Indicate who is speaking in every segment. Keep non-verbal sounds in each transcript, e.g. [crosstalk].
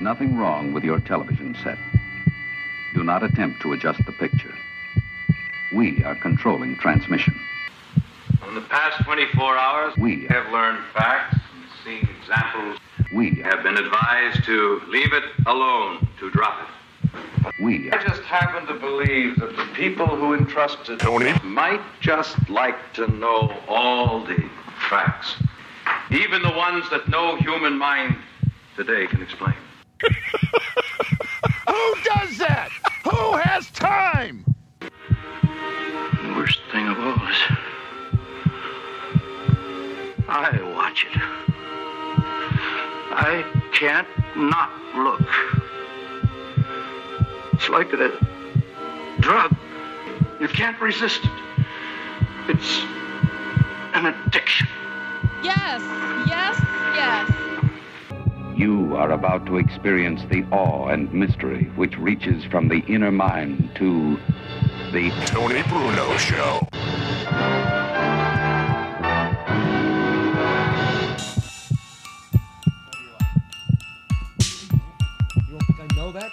Speaker 1: nothing wrong with your television set. Do not attempt to adjust the picture. We are controlling transmission.
Speaker 2: From the past 24 hours,
Speaker 1: We
Speaker 2: have learned facts and seen examples.
Speaker 1: We
Speaker 2: Have been advised to leave it alone, to drop it.
Speaker 1: We
Speaker 2: I just happen to believe that the people who entrusted Tony might just like to know all the facts, even the ones that no human mind today can explain.
Speaker 3: Who does that? Who has time?
Speaker 2: The worst thing of all is. I watch it. I can't not look. It's like a drug. You can't resist it. It's an addiction.
Speaker 4: Yes, yes, yes.
Speaker 1: You are about to experience the awe and mystery which reaches from the inner mind to the
Speaker 3: Tony Bruno Show.
Speaker 5: You don't think I know that?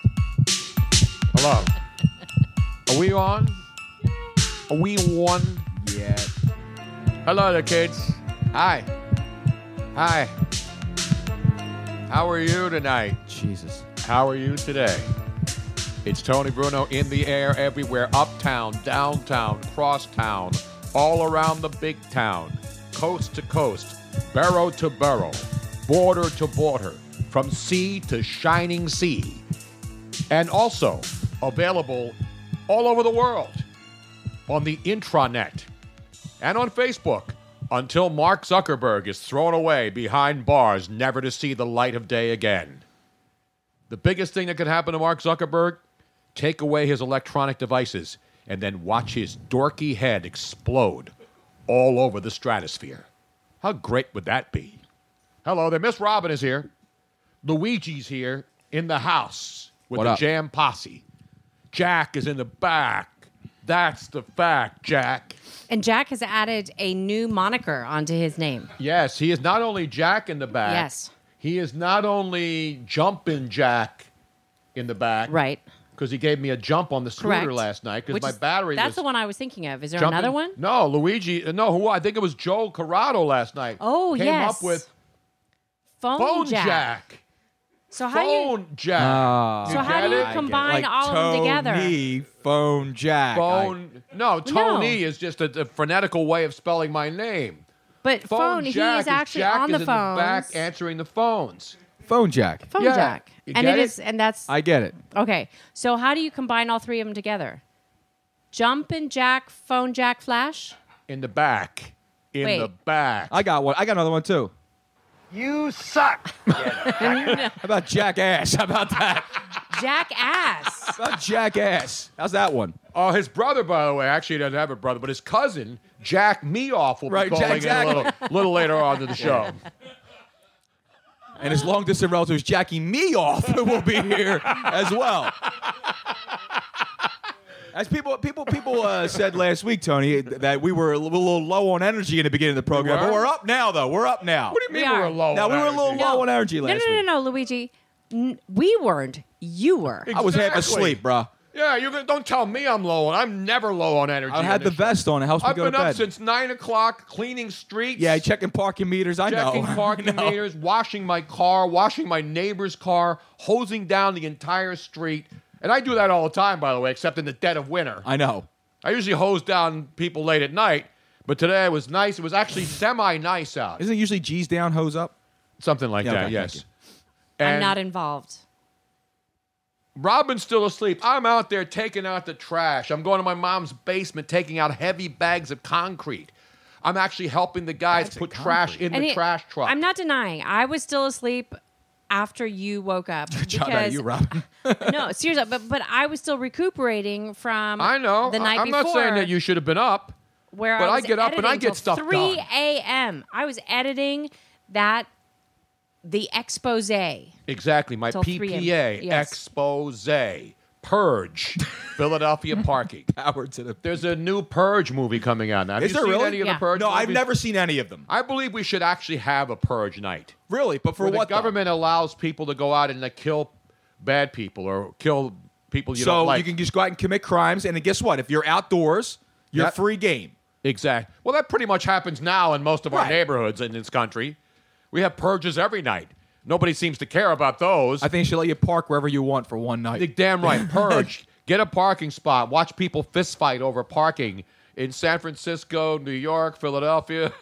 Speaker 3: Hello. Are we on? Are we on?
Speaker 5: Yeah.
Speaker 3: Hello there, kids. Hi. Hi. How are you tonight?
Speaker 5: Jesus.
Speaker 3: How are you today? It's Tony Bruno in the air everywhere uptown, downtown, crosstown, all around the big town, coast to coast, borough to borough, border to border, from sea to shining sea. And also available all over the world on the intranet and on Facebook until Mark Zuckerberg is thrown away behind bars, never to see the light of day again. The biggest thing that could happen to Mark Zuckerberg take away his electronic devices and then watch his dorky head explode all over the stratosphere. How great would that be? Hello there. Miss Robin is here. Luigi's here in the house with
Speaker 5: What
Speaker 3: the
Speaker 5: up?
Speaker 3: Jam Posse. Jack is in the back. That's the fact, Jack.
Speaker 6: And Jack has added a new moniker onto his name.
Speaker 3: Yes, he is not only Jack in the back.
Speaker 6: Yes.
Speaker 3: He is not only jumping Jack in the back.
Speaker 6: Right.
Speaker 3: Because he gave me a jump on the scooter
Speaker 6: Correct.
Speaker 3: last night because
Speaker 6: Which
Speaker 3: my
Speaker 6: is-
Speaker 3: battery
Speaker 6: That's
Speaker 3: was
Speaker 6: the one I was thinking of. Is there
Speaker 3: jumping-
Speaker 6: another one?
Speaker 3: No, Luigi. uh, No, who I think it was Joel Corrado last night.
Speaker 6: Oh,
Speaker 3: came
Speaker 6: yes.
Speaker 3: up with
Speaker 6: Phone,
Speaker 3: phone
Speaker 6: Jack.
Speaker 3: Jack.
Speaker 6: So how
Speaker 3: Phone
Speaker 6: you
Speaker 3: Jack.
Speaker 5: Ah.
Speaker 3: You
Speaker 6: so how
Speaker 3: get
Speaker 6: do you
Speaker 3: it?
Speaker 6: combine
Speaker 5: like
Speaker 6: all
Speaker 5: Tony
Speaker 6: of them together?
Speaker 5: phone Jack.
Speaker 3: Phone. No, Tony is just a, a phonetical way of spelling my name.
Speaker 6: But phone, he
Speaker 3: Jack
Speaker 6: is actually
Speaker 3: Jack
Speaker 6: on
Speaker 3: is
Speaker 6: the
Speaker 3: in the
Speaker 6: phone.
Speaker 3: back answering the phones.
Speaker 5: I, phone Jack.
Speaker 6: phone
Speaker 3: Yeah.
Speaker 6: Jack.
Speaker 3: You
Speaker 6: and
Speaker 3: get
Speaker 6: it
Speaker 3: it?
Speaker 6: is and that's
Speaker 5: I get it.
Speaker 6: okay. So how do you combine all three of them together? Jump and Jack, phone Jack, flash.
Speaker 3: In the back. In
Speaker 6: Wait.
Speaker 3: the back.
Speaker 5: I got one. I got another one too.
Speaker 6: [laughs]
Speaker 5: You suck. [laughs] How about jackass? How about that?
Speaker 6: Jack
Speaker 3: [laughs]
Speaker 6: ass.
Speaker 5: How about jackass? How's that one?
Speaker 3: Oh, his brother, by the way, actually doesn't have a brother, but his cousin, Jack Meoff, will be
Speaker 5: Right, Jack-
Speaker 3: calling in a
Speaker 5: exactly.
Speaker 3: little, little later on to [laughs] the show.
Speaker 5: And his long distance relatives, Jackie Me Off, [laughs] will be here as well. As people, people, people uh, said last week, Tony, that we were a little low on energy in the beginning of the program,
Speaker 3: were?
Speaker 5: but we're up now, though. We're up now.
Speaker 3: What do you
Speaker 6: We
Speaker 3: mean we
Speaker 6: are.
Speaker 3: were low?
Speaker 5: Now,
Speaker 3: on
Speaker 5: we were a little
Speaker 3: energy?
Speaker 5: low on energy
Speaker 6: No, no,
Speaker 5: last
Speaker 6: no,
Speaker 5: week.
Speaker 6: no, Luigi. N- we weren't. You were.
Speaker 5: I was half
Speaker 3: Exactly.
Speaker 5: asleep, bro.
Speaker 3: Yeah, you can, don't tell me I'm low on. I'm never low on energy.
Speaker 5: I had
Speaker 3: in
Speaker 5: the
Speaker 3: this
Speaker 5: vest on. It helps
Speaker 3: show.
Speaker 5: me
Speaker 3: I've
Speaker 5: go
Speaker 3: been
Speaker 5: to
Speaker 3: up
Speaker 5: bed.
Speaker 3: since nine o'clock, cleaning streets.
Speaker 5: yeah, checking parking meters. I
Speaker 3: Checking
Speaker 5: know. [laughs]
Speaker 3: parking
Speaker 5: I know.
Speaker 3: meters, washing my car, washing my neighbor's car, hosing down the entire street. And I do that all the time, by the way, except in the dead of winter.
Speaker 5: I know.
Speaker 3: I usually hose down people late at night, but today it was nice. It was actually semi nice out.
Speaker 5: Isn't it usually G's down, hose up?
Speaker 3: Something like
Speaker 5: Yeah,
Speaker 3: that,
Speaker 5: okay, thank
Speaker 3: yes.
Speaker 6: I'm
Speaker 3: And
Speaker 6: not involved.
Speaker 3: Robin's still asleep. I'm out there taking out the trash. I'm going to my mom's basement taking out heavy bags of concrete. I'm actually helping the guys put trash in the
Speaker 6: it-
Speaker 3: trash truck.
Speaker 6: I'm not denying. I was still asleep after you
Speaker 3: [laughs]
Speaker 6: woke up. Good
Speaker 5: Shout out to you, [laughs] Robin.
Speaker 6: [laughs] no, seriously, but but I was still recuperating from
Speaker 3: I know.
Speaker 6: the night
Speaker 3: I, am
Speaker 6: before.
Speaker 3: not saying that you should have been up.
Speaker 6: where
Speaker 3: but
Speaker 6: I,
Speaker 3: I
Speaker 6: was
Speaker 3: get up and I
Speaker 6: editing
Speaker 3: get
Speaker 6: till
Speaker 3: stuff
Speaker 6: Three
Speaker 3: done.
Speaker 6: a.m. I was editing that the
Speaker 3: [laughs]
Speaker 6: expose.
Speaker 3: Exactly. My
Speaker 6: Till 3 a.m.
Speaker 3: PPA
Speaker 6: Yes.
Speaker 3: expose
Speaker 6: [laughs]
Speaker 3: purge Philadelphia parking.
Speaker 5: Power to the.
Speaker 3: There's a new purge movie coming out now. Have
Speaker 5: Is
Speaker 3: you
Speaker 5: there
Speaker 3: seen
Speaker 5: really?
Speaker 3: any of
Speaker 6: Yeah.
Speaker 3: the purge?
Speaker 5: No, I've
Speaker 3: movies?
Speaker 5: never seen any of them.
Speaker 3: I believe we should actually have a purge night.
Speaker 5: Really? But for
Speaker 3: where
Speaker 5: what
Speaker 3: the
Speaker 5: though?
Speaker 3: government allows people to go out and uh, kill bad people or kill people you
Speaker 5: so
Speaker 3: don't like.
Speaker 5: you can just go out and commit crimes, and then guess what? If you're outdoors, you're
Speaker 3: Yep.
Speaker 5: free game.
Speaker 3: Exactly. Well, that pretty much happens now in most of our
Speaker 5: Right.
Speaker 3: neighborhoods in this country. We have purges every night. Nobody seems to care about those.
Speaker 5: I think she let you park wherever you want for one
Speaker 3: You're
Speaker 5: night.
Speaker 3: damn
Speaker 5: [laughs]
Speaker 3: right. Purge. Get a parking spot. Watch people fist fight over parking in San Francisco, New York,
Speaker 5: [laughs]
Speaker 3: Philadelphia.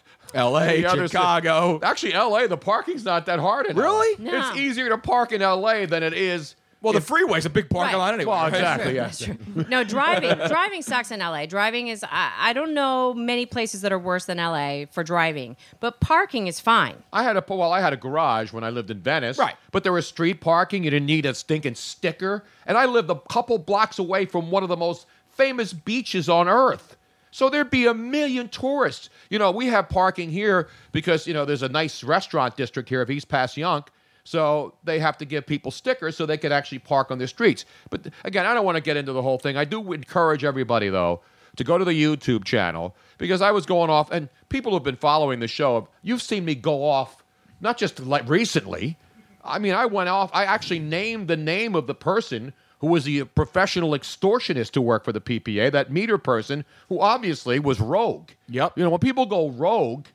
Speaker 3: [laughs]
Speaker 5: L.A.,
Speaker 3: the other ci-
Speaker 5: Chicago.
Speaker 3: Actually, L.A. The parking's not that hard. In
Speaker 5: Really?
Speaker 3: LA.
Speaker 6: No.
Speaker 3: It's easier to park in L.A. than it is.
Speaker 5: Well, the
Speaker 3: in-
Speaker 5: freeway's a big parking
Speaker 6: Right.
Speaker 5: lot anyway.
Speaker 3: well, [laughs]
Speaker 5: right?
Speaker 3: exactly. Yes.
Speaker 6: no, driving. driving sucks in LA. Driving is, I, I don't know many places that are worse than LA for driving, but parking is fine.
Speaker 3: I had a well, I had a garage when I lived in Venice.
Speaker 5: Right.
Speaker 3: But there was street parking. You didn't need a stinking sticker. And I lived a couple blocks away from one of the most famous beaches on earth. So there'd be a million tourists. You know, we have parking here because, you know, there's a nice restaurant district here of East Passyunk. So they have to give people stickers so they could actually park on their streets. But th- again, I don't want to get into the whole thing. I do encourage everybody though to go to the YouTube channel because I was going off and people have been following the show. You've seen me go off not just like recently. I mean, I went off. I actually named the name of the person who was the professional extortionist to work for the PPA, that meter person who obviously was rogue.
Speaker 5: Yep.
Speaker 3: You know, when people go rogue,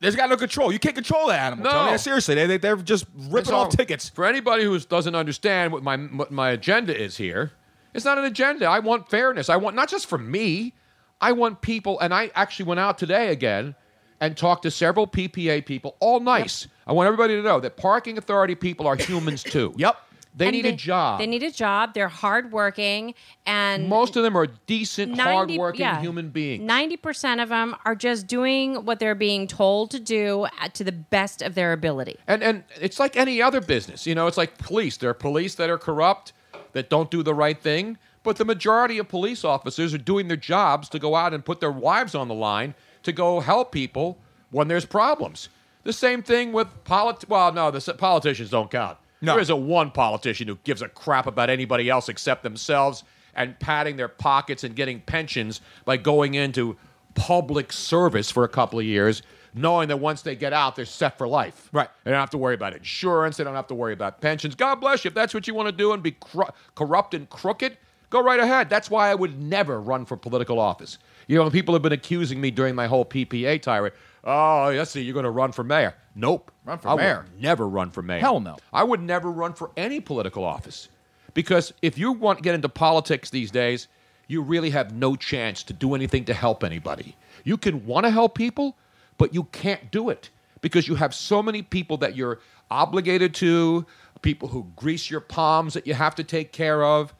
Speaker 5: There's got no control. You can't control the animal.
Speaker 3: No.
Speaker 5: Tony. seriously, they, they, they're just ripping
Speaker 3: So,
Speaker 5: off tickets.
Speaker 3: For anybody who doesn't understand what my what my agenda is here, it's not an agenda. I want fairness. I want not just for me. I want people, and I actually went out today again and talked to several PPA people. All nice. I want everybody to know that parking authority people are humans too.
Speaker 5: Yep.
Speaker 3: They
Speaker 6: And
Speaker 3: need a job.
Speaker 6: They need a job. They're hardworking and
Speaker 3: Most of them are decent,
Speaker 6: 90
Speaker 3: hardworking
Speaker 6: yeah.
Speaker 3: human beings.
Speaker 6: 90% of them are just doing what they're being told to do uh, to the best of their ability.
Speaker 3: And and it's like any other business, you know. It's like police. There are police that are corrupt, that don't do the right thing. But the majority of police officers are doing their jobs to go out and put their wives on the line to go help people when there's problems. The same thing with polit. Well, no, the s- politicians don't count.
Speaker 5: No.
Speaker 3: There isn't one politician who gives a crap about anybody else except themselves and padding their pockets and getting pensions by going into public service for a couple of years, knowing that once they get out, they're set for life.
Speaker 5: Right.
Speaker 3: They don't have to worry about insurance. They don't have to worry about pensions. God bless you. If that's what you want to do and be cru- corrupt and crooked, go right ahead. That's why I would never run for political office. You know, people have been accusing me during my whole PPA tirade. Oh, yes, see, you're going to run for mayor. Nope.
Speaker 5: Run for
Speaker 3: I would
Speaker 5: mayor.
Speaker 3: never run for mayor.
Speaker 5: Hell no.
Speaker 3: I would never run for any political office because if you want to get into politics these days, you really have no chance to do anything to help anybody. You can want to help people, but you can't do it because you have so many people that you're obligated to, people who grease your palms that you have to take care of.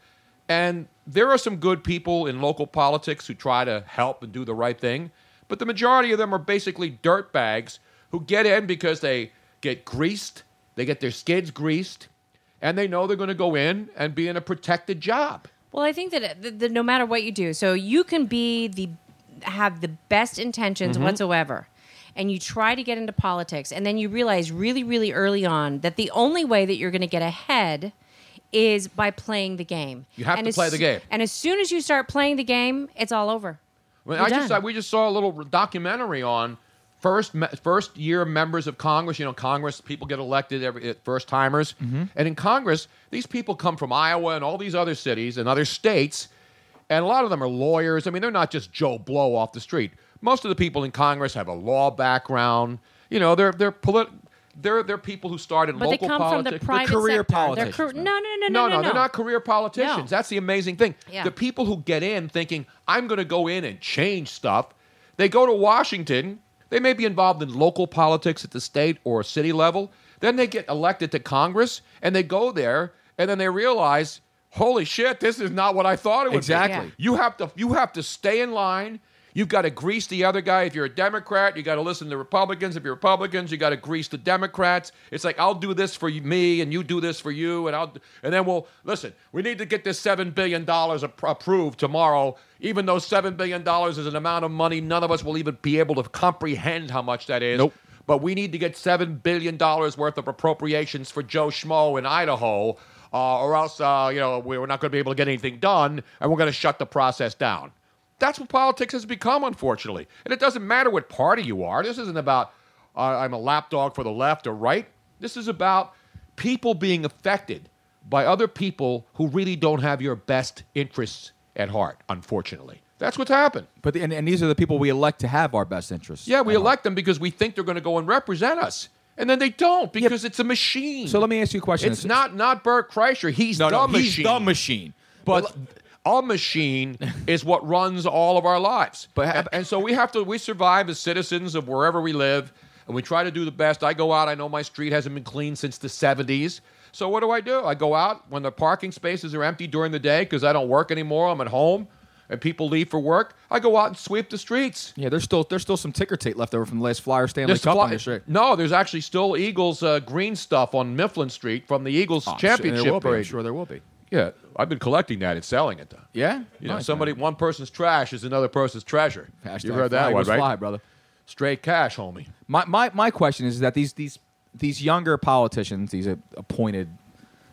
Speaker 3: And there are some good people in local politics who try to help and do the right thing, but the majority of them are basically dirtbags who get in because they get greased, they get their skids greased, and they know they're going to go in and be in a protected job.
Speaker 6: Well, I think that, that, that no matter what you do, so you can be the have the best intentions whatsoever, and you try to get into politics, and then you realize really, really early on that the only way that you're going to get ahead is by playing the game.
Speaker 3: You have
Speaker 6: And
Speaker 3: to
Speaker 6: as-
Speaker 3: play the game.
Speaker 6: and as soon as you start playing the game, it's all over.
Speaker 3: Well,
Speaker 6: You're
Speaker 3: I just
Speaker 6: done.
Speaker 3: I, we just saw a little documentary on first me- first year members of Congress. You know, Congress people get elected every uh, first timers,
Speaker 6: Mm-hmm.
Speaker 3: and in Congress these people come from Iowa and all these other cities and other states, and a lot of them are lawyers. I mean, they're not just Joe Blow off the street. Most of the people in Congress have a law background. You know, they're they're polit- they're they're people who started
Speaker 6: But
Speaker 3: local
Speaker 6: they come from
Speaker 3: politics.
Speaker 6: the private
Speaker 5: career
Speaker 6: sector. They're
Speaker 5: politicians,
Speaker 6: car-
Speaker 5: though.
Speaker 6: no, no, no, no,
Speaker 3: No,
Speaker 6: no,
Speaker 3: no, they're not career politicians.
Speaker 6: No.
Speaker 3: That's the amazing thing.
Speaker 6: Yeah.
Speaker 3: The people who get in thinking, I'm going to go in and change stuff, they go to Washington. They may be involved in local politics at the state or city level. Then they get elected to Congress and they go there and then they realize, holy shit, this is not what I thought it would be.
Speaker 5: Exactly. Yeah.
Speaker 3: You have to you have to stay in line. You've got to grease the other guy if you're a Democrat. You got to listen to Republicans if you're Republicans. You got to grease the Democrats. It's like I'll do this for you- me, and you do this for you, and I'll and then we'll listen. We need to get this seven billion dollars approved tomorrow. Even though seven billion dollars is an amount of money, none of us will even be able to comprehend how much that is.
Speaker 5: Nope.
Speaker 3: But we need to get seven billion dollars worth of appropriations for Joe Schmo in Idaho, uh, or else uh, you know we- we're not going to be able to get anything done, and we're going to shut the process down. That's what politics has become, unfortunately. And it doesn't matter what party you are. This isn't about uh, I'm a lapdog for the left or right. This is about people being affected by other people who really don't have your best interests at heart, unfortunately. That's what's happened.
Speaker 5: But the, and, and these are the people we elect to have our best interests.
Speaker 3: Yeah, we
Speaker 5: at heart.
Speaker 3: elect them because we think they're going to go and represent us. And then they don't because it's a machine.
Speaker 5: So let me ask you a question.
Speaker 3: It's not not Bert Kreischer. He's
Speaker 5: No,
Speaker 3: the
Speaker 5: no,
Speaker 3: machine.
Speaker 5: he's the machine. But
Speaker 3: But a
Speaker 5: [laughs]
Speaker 3: machine is what runs all of our lives.
Speaker 5: But ha-
Speaker 3: and, and so we have to we survive as citizens of wherever we live, and we try to do the best. I go out. I know my street hasn't been cleaned since the '70s. So what do I do? I go out when the parking spaces are empty during the day because I don't work anymore. I'm at home, and people leave for work. I go out and sweep the streets.
Speaker 5: yeah, there's still there's still some ticker tape left over from the last Flyer Stanley
Speaker 3: There's
Speaker 5: Cup
Speaker 3: fly-
Speaker 5: on your shirt.
Speaker 3: No, there's actually still Eagles uh, green stuff on Mifflin Street from the Eagles
Speaker 5: Oh, I'm sure
Speaker 3: championship
Speaker 5: there will be. I'm
Speaker 3: parade.
Speaker 5: sure there will be.
Speaker 3: Yeah, I've been collecting that and selling it though.
Speaker 5: Yeah,
Speaker 3: You know,
Speaker 5: Nice,
Speaker 3: somebody,
Speaker 5: man.
Speaker 3: one person's trash is another person's treasure.
Speaker 5: Hashtag
Speaker 3: you heard
Speaker 5: fly
Speaker 3: that one,
Speaker 5: was
Speaker 3: right?
Speaker 5: Fly, brother.
Speaker 3: Straight cash, homie.
Speaker 5: My, my, my question is that these these these younger politicians, these uh, appointed,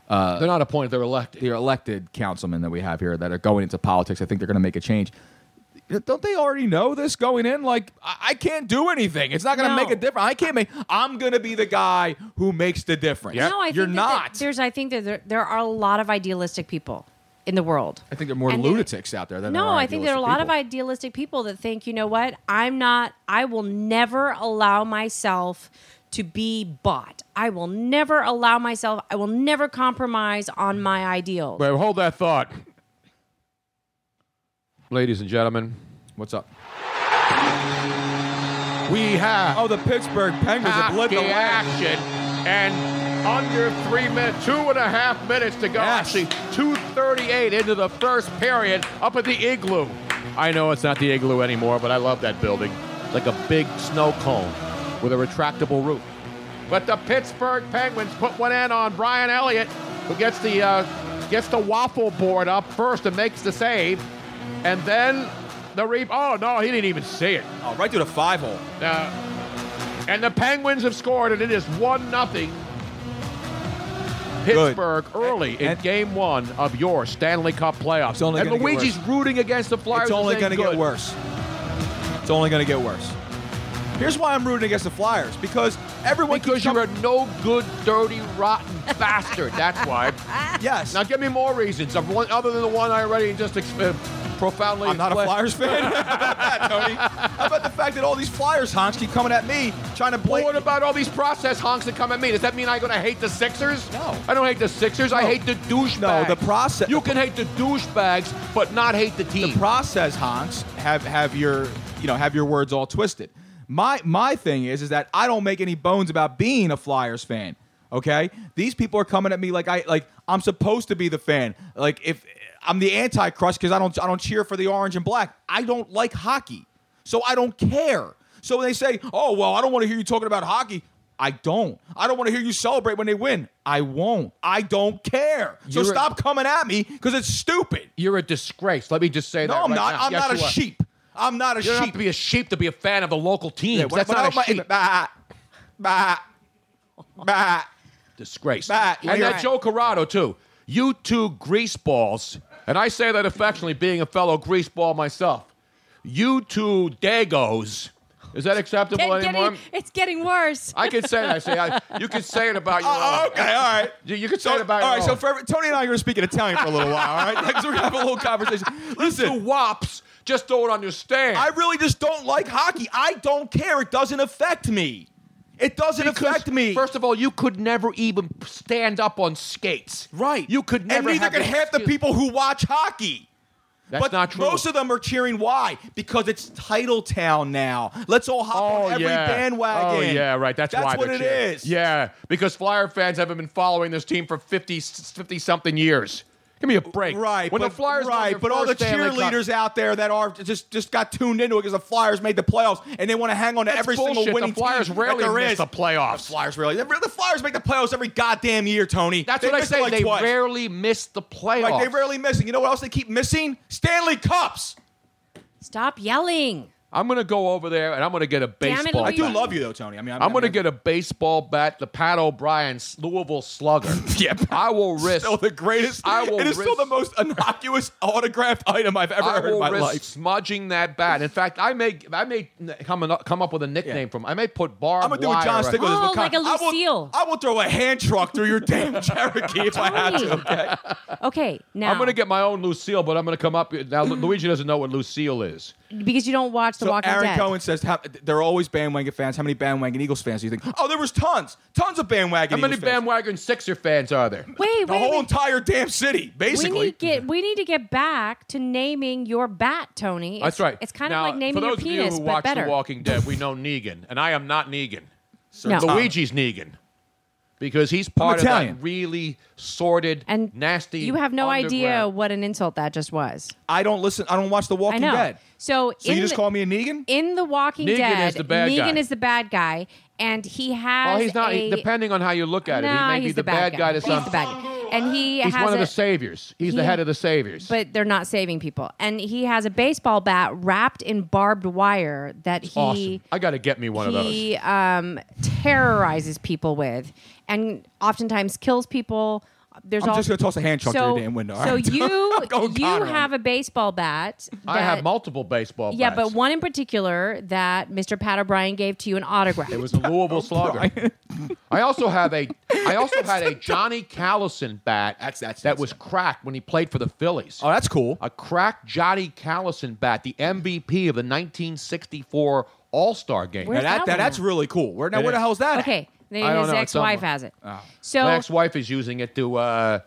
Speaker 3: they're not appointed; they're elected.
Speaker 5: they're elected councilmen that we have here that are going into politics. I think they're going to make a change. Don't they already know this going in? Like, I, I can't do anything. It's not going to
Speaker 6: No.
Speaker 5: make a difference. I can't make. I'm going to be the guy who makes the difference.
Speaker 6: No, I
Speaker 5: you're
Speaker 6: think that there-
Speaker 5: not.
Speaker 6: there's. I think that there, there are a lot of idealistic people in the world.
Speaker 5: I think there are more
Speaker 6: And there-
Speaker 5: lunatics out there than
Speaker 6: no,
Speaker 5: There are
Speaker 6: I think there are a lot
Speaker 5: idealistic
Speaker 6: of idealistic people that think, you know what, I'm not, I will never allow myself to be bought. I will never allow myself, I will never compromise on my ideals.
Speaker 3: Wait, hold that thought, ladies and gentlemen.
Speaker 5: people. What's up?
Speaker 3: We have
Speaker 5: Oh, the Pittsburgh Penguins
Speaker 3: half
Speaker 6: Ah,
Speaker 5: have led
Speaker 3: the
Speaker 5: the way.
Speaker 3: action and under three minutes, two and a half minutes to go.
Speaker 5: Yes.
Speaker 3: Actually, two thirty-eight into the first period, up at the igloo. I know it's not the igloo anymore, but I love that building. It's like a big snow cone with a retractable roof. But the Pittsburgh Penguins put one in on Brian Elliott, who gets the uh, gets the waffle board up first and makes the save, and then the re. Oh no, he didn't even see it.
Speaker 5: Oh, right through the five hole.
Speaker 3: Uh, and the Penguins have scored, and it is 1 nothing. Pittsburgh early in
Speaker 5: And-
Speaker 3: game one of your Stanley Cup playoffs.
Speaker 5: It's only
Speaker 3: and
Speaker 5: gonna get
Speaker 3: Luigi's rooting against the Flyers.
Speaker 5: It's only
Speaker 3: going to
Speaker 5: get worse. It's only going to get worse. Here's why I'm rooting against the Flyers because everyone
Speaker 3: Because
Speaker 5: keeps com-
Speaker 3: you're a no good, dirty,
Speaker 5: [laughs]
Speaker 3: rotten bastard. That's why.
Speaker 5: yes.
Speaker 3: Now, give me more reasons of one, other than the one I already just ex- uh, profoundly
Speaker 5: I'm not a
Speaker 3: explained.
Speaker 5: Flyers fan. How about that, [laughs] Tony? How about the fact that all these Flyers honks keep coming at me trying to
Speaker 3: Well,
Speaker 5: blame?
Speaker 3: what about all these process honks that come at me? Does that mean I'm going to hate the Sixers?
Speaker 5: No.
Speaker 3: I don't hate the Sixers. I
Speaker 5: No.
Speaker 3: hate the douchebags.
Speaker 5: No, the process-
Speaker 3: You can hate the douchebags, but not hate the team.
Speaker 5: the process honks have have your you know have your words all twisted. My my thing is is that I don't make any bones about being a Flyers fan. Okay, these people are coming at me like I like I'm supposed to be the fan. Like if I'm the anti-crust because I don't I don't cheer for the orange and black. I don't like hockey, so I don't care. So when they say, "Oh well, I don't want to hear you talking about hockey," I don't. I don't want to hear you celebrate when they win. I won't. I don't care. So
Speaker 3: You're a-
Speaker 5: stop coming at me because it's stupid.
Speaker 3: You're a disgrace. Let me just say
Speaker 5: No,
Speaker 3: that.
Speaker 5: I'm
Speaker 3: right
Speaker 5: not.
Speaker 3: now.
Speaker 5: I'm
Speaker 3: Yes,
Speaker 5: not a
Speaker 3: you are.
Speaker 5: sheep. I'm not a
Speaker 3: You don't
Speaker 5: sheep.
Speaker 3: have to be a sheep to be a fan of the local teams.
Speaker 5: Yeah, when-
Speaker 3: That's
Speaker 5: when
Speaker 3: not a
Speaker 5: I-
Speaker 3: sheep.
Speaker 5: Bah, bah, bah.
Speaker 3: disgrace.
Speaker 5: Bah,
Speaker 3: and
Speaker 5: you're
Speaker 3: that
Speaker 5: right.
Speaker 3: Joe Corrado too. You two greaseballs, and I say that affectionately, being a fellow greaseball myself. You two dagos. Is that acceptable
Speaker 6: It's
Speaker 3: anymore?
Speaker 6: getting, it's getting worse.
Speaker 3: I can say it. I say I, you can say it about your
Speaker 5: Oh,
Speaker 3: own.
Speaker 5: okay, all right.
Speaker 3: You- you can
Speaker 5: so,
Speaker 3: say it about
Speaker 5: All
Speaker 3: your
Speaker 5: right, so
Speaker 3: own.
Speaker 5: for every, Tony and I are going to speak in Italian for a little while, all right? [laughs] Because we're going to have a little conversation.
Speaker 3: Two
Speaker 5: Listen,
Speaker 3: wops just don't understand.
Speaker 5: I really just don't like hockey. I don't care. It doesn't affect me. It doesn't
Speaker 3: Because,
Speaker 5: affect me.
Speaker 3: First of all, you could never even stand up on skates.
Speaker 5: right.
Speaker 3: You could never.
Speaker 5: And neither
Speaker 3: have
Speaker 5: could
Speaker 3: the
Speaker 5: half the
Speaker 3: skill-
Speaker 5: people who watch hockey.
Speaker 3: That's
Speaker 5: but
Speaker 3: not true.
Speaker 5: most of them are cheering. Why? Because it's Title Town now. Let's all hop on every bandwagon.
Speaker 3: Oh yeah, right. That's, why
Speaker 5: what
Speaker 3: they're
Speaker 5: it
Speaker 3: cheering.
Speaker 5: is.
Speaker 3: Yeah, because Flyer fans haven't been following this team for 50 something years. Give me a break.
Speaker 5: Right.
Speaker 3: When
Speaker 5: but,
Speaker 3: the Flyers won
Speaker 5: right,
Speaker 3: their
Speaker 5: but all the
Speaker 3: first Stanley Cup-
Speaker 5: cheerleaders out there that are just just got tuned into it because the Flyers made the playoffs and they want to hang on to
Speaker 3: That's
Speaker 5: every
Speaker 3: bullshit.
Speaker 5: single winning
Speaker 3: The Flyers
Speaker 5: team
Speaker 3: rarely
Speaker 5: that there
Speaker 3: miss
Speaker 5: is.
Speaker 3: the playoffs.
Speaker 5: The Flyers rarely. The, the Flyers make the playoffs every goddamn year, Tony.
Speaker 3: That's
Speaker 5: They
Speaker 3: what I
Speaker 5: missed it
Speaker 3: say.
Speaker 5: Like
Speaker 3: they
Speaker 5: twice.
Speaker 3: rarely miss the playoffs.
Speaker 5: Like they rarely miss it. You know what else they keep missing? Stanley Cups.
Speaker 6: Stop yelling.
Speaker 3: I'm going to go over there and I'm going to get a
Speaker 6: Damn it,
Speaker 3: baseball.
Speaker 5: I
Speaker 6: Luigi.
Speaker 5: do
Speaker 3: bat.
Speaker 5: love you though, Tony. I mean, I'm,
Speaker 3: I'm going to get a baseball bat, the Pat O'Brien s- Louisville Slugger.
Speaker 5: [laughs] Yep.
Speaker 3: I
Speaker 5: [laughs]
Speaker 3: will risk.
Speaker 5: Still the greatest.
Speaker 3: I will
Speaker 5: It is still
Speaker 3: risk-
Speaker 5: the most
Speaker 3: [laughs]
Speaker 5: innocuous autographed item I've ever
Speaker 3: I
Speaker 5: heard in
Speaker 3: will
Speaker 5: my
Speaker 3: risk
Speaker 5: life.
Speaker 3: smudging that bat. In fact, I may I may n- come an- come up with a nickname
Speaker 5: Yeah.
Speaker 3: from. I may put barbed
Speaker 5: I'm gonna do
Speaker 3: wire.
Speaker 5: what John Stiglitz
Speaker 6: Oh,
Speaker 5: with
Speaker 6: like
Speaker 5: con-
Speaker 6: a Lucille.
Speaker 5: I will, I will throw a hand truck through
Speaker 3: [laughs]
Speaker 5: your damn Cherokee if I have to.
Speaker 6: Tony.
Speaker 5: Okay.
Speaker 6: Okay, now
Speaker 3: I'm gonna get my own Lucille, but I'm gonna come up now. Lu- Luigi doesn't know what Lucille is.
Speaker 6: because you don't watch The
Speaker 5: So
Speaker 6: Walking
Speaker 5: Aaron
Speaker 6: Dead.
Speaker 5: Cohen says how, there are always bandwagon fans. How many bandwagon Eagles fans do you think? Oh, there was tons, tons of bandwagon.
Speaker 3: How many
Speaker 5: Eagles fans.
Speaker 3: bandwagon Sixer fans are there?
Speaker 6: wait,
Speaker 5: The
Speaker 6: wait,
Speaker 5: whole
Speaker 6: wait.
Speaker 5: entire damn city, basically.
Speaker 6: We need get we need to get back to naming your bat, Tony. It's-
Speaker 3: That's right.
Speaker 6: It's kind
Speaker 3: Now,
Speaker 6: of like naming
Speaker 3: for
Speaker 6: your
Speaker 3: those
Speaker 6: penis,
Speaker 3: of you who
Speaker 6: but
Speaker 3: watch
Speaker 6: better.
Speaker 3: The Walking Dead, we know Negan, and I am not Negan.
Speaker 6: No.
Speaker 3: Luigi's Negan because he's part of
Speaker 5: Italian.
Speaker 3: that really sordid
Speaker 6: and
Speaker 3: nasty.
Speaker 6: You have no idea
Speaker 3: underground-
Speaker 6: what an insult that just was.
Speaker 5: I don't listen. I don't watch The
Speaker 6: I
Speaker 5: Walking
Speaker 6: know.
Speaker 5: Dead.
Speaker 6: So,
Speaker 5: So
Speaker 6: in
Speaker 5: you just
Speaker 6: the,
Speaker 5: call me a Negan?
Speaker 6: in the Walking
Speaker 3: Negan
Speaker 6: Dead,
Speaker 3: is the bad
Speaker 6: Negan
Speaker 3: guy.
Speaker 6: is the bad guy, and he has.
Speaker 3: Well, he's not.
Speaker 6: A,
Speaker 3: depending on how you look at it, he
Speaker 6: Nah,
Speaker 3: may
Speaker 6: he's
Speaker 3: be the, bad guy to some.
Speaker 6: He's the bad guy, and he
Speaker 3: He's
Speaker 6: has
Speaker 3: one of
Speaker 6: a-
Speaker 3: the saviors. He's the
Speaker 6: he-
Speaker 3: head of the saviors.
Speaker 6: But they're not saving people, and he has a baseball bat wrapped in barbed wire that he.
Speaker 3: awesome. I got to get me one of those.
Speaker 6: he um, terrorizes people with, and oftentimes kills people. There's
Speaker 5: I'm
Speaker 6: all,
Speaker 5: just gonna toss a hand chuck
Speaker 6: so,
Speaker 5: through your damn window.
Speaker 6: So
Speaker 3: [laughs]
Speaker 5: All right.
Speaker 6: you
Speaker 5: I'm going
Speaker 6: you
Speaker 5: Connor on
Speaker 6: have a baseball bat.
Speaker 3: I
Speaker 6: that-
Speaker 3: have multiple baseball
Speaker 6: Yeah,
Speaker 3: bats.
Speaker 6: but one in particular that Mr. Pat O'Brien gave to you an
Speaker 5: [laughs]
Speaker 6: autograph.
Speaker 3: It was a Louisville slugger. I also have a I
Speaker 5: [laughs]
Speaker 3: also had a Johnny Callison bat
Speaker 5: That's- that's-
Speaker 3: that
Speaker 5: that's-
Speaker 3: was cracked when he played for the Phillies.
Speaker 5: Oh, that's cool.
Speaker 3: a cracked Johnny Callison bat, the MVP of the 1964 All-Star game.
Speaker 5: Now that,
Speaker 6: Where's that
Speaker 5: that-
Speaker 6: one
Speaker 5: that's
Speaker 6: at?
Speaker 5: really cool. Where now
Speaker 3: It
Speaker 5: where the
Speaker 3: is.
Speaker 5: hell's that? at?
Speaker 6: [laughs] okay, then
Speaker 3: I don't
Speaker 6: his
Speaker 3: know, it's
Speaker 6: ex-wife
Speaker 3: somewhere.
Speaker 6: has it. So
Speaker 3: My ex-wife is using it to uh,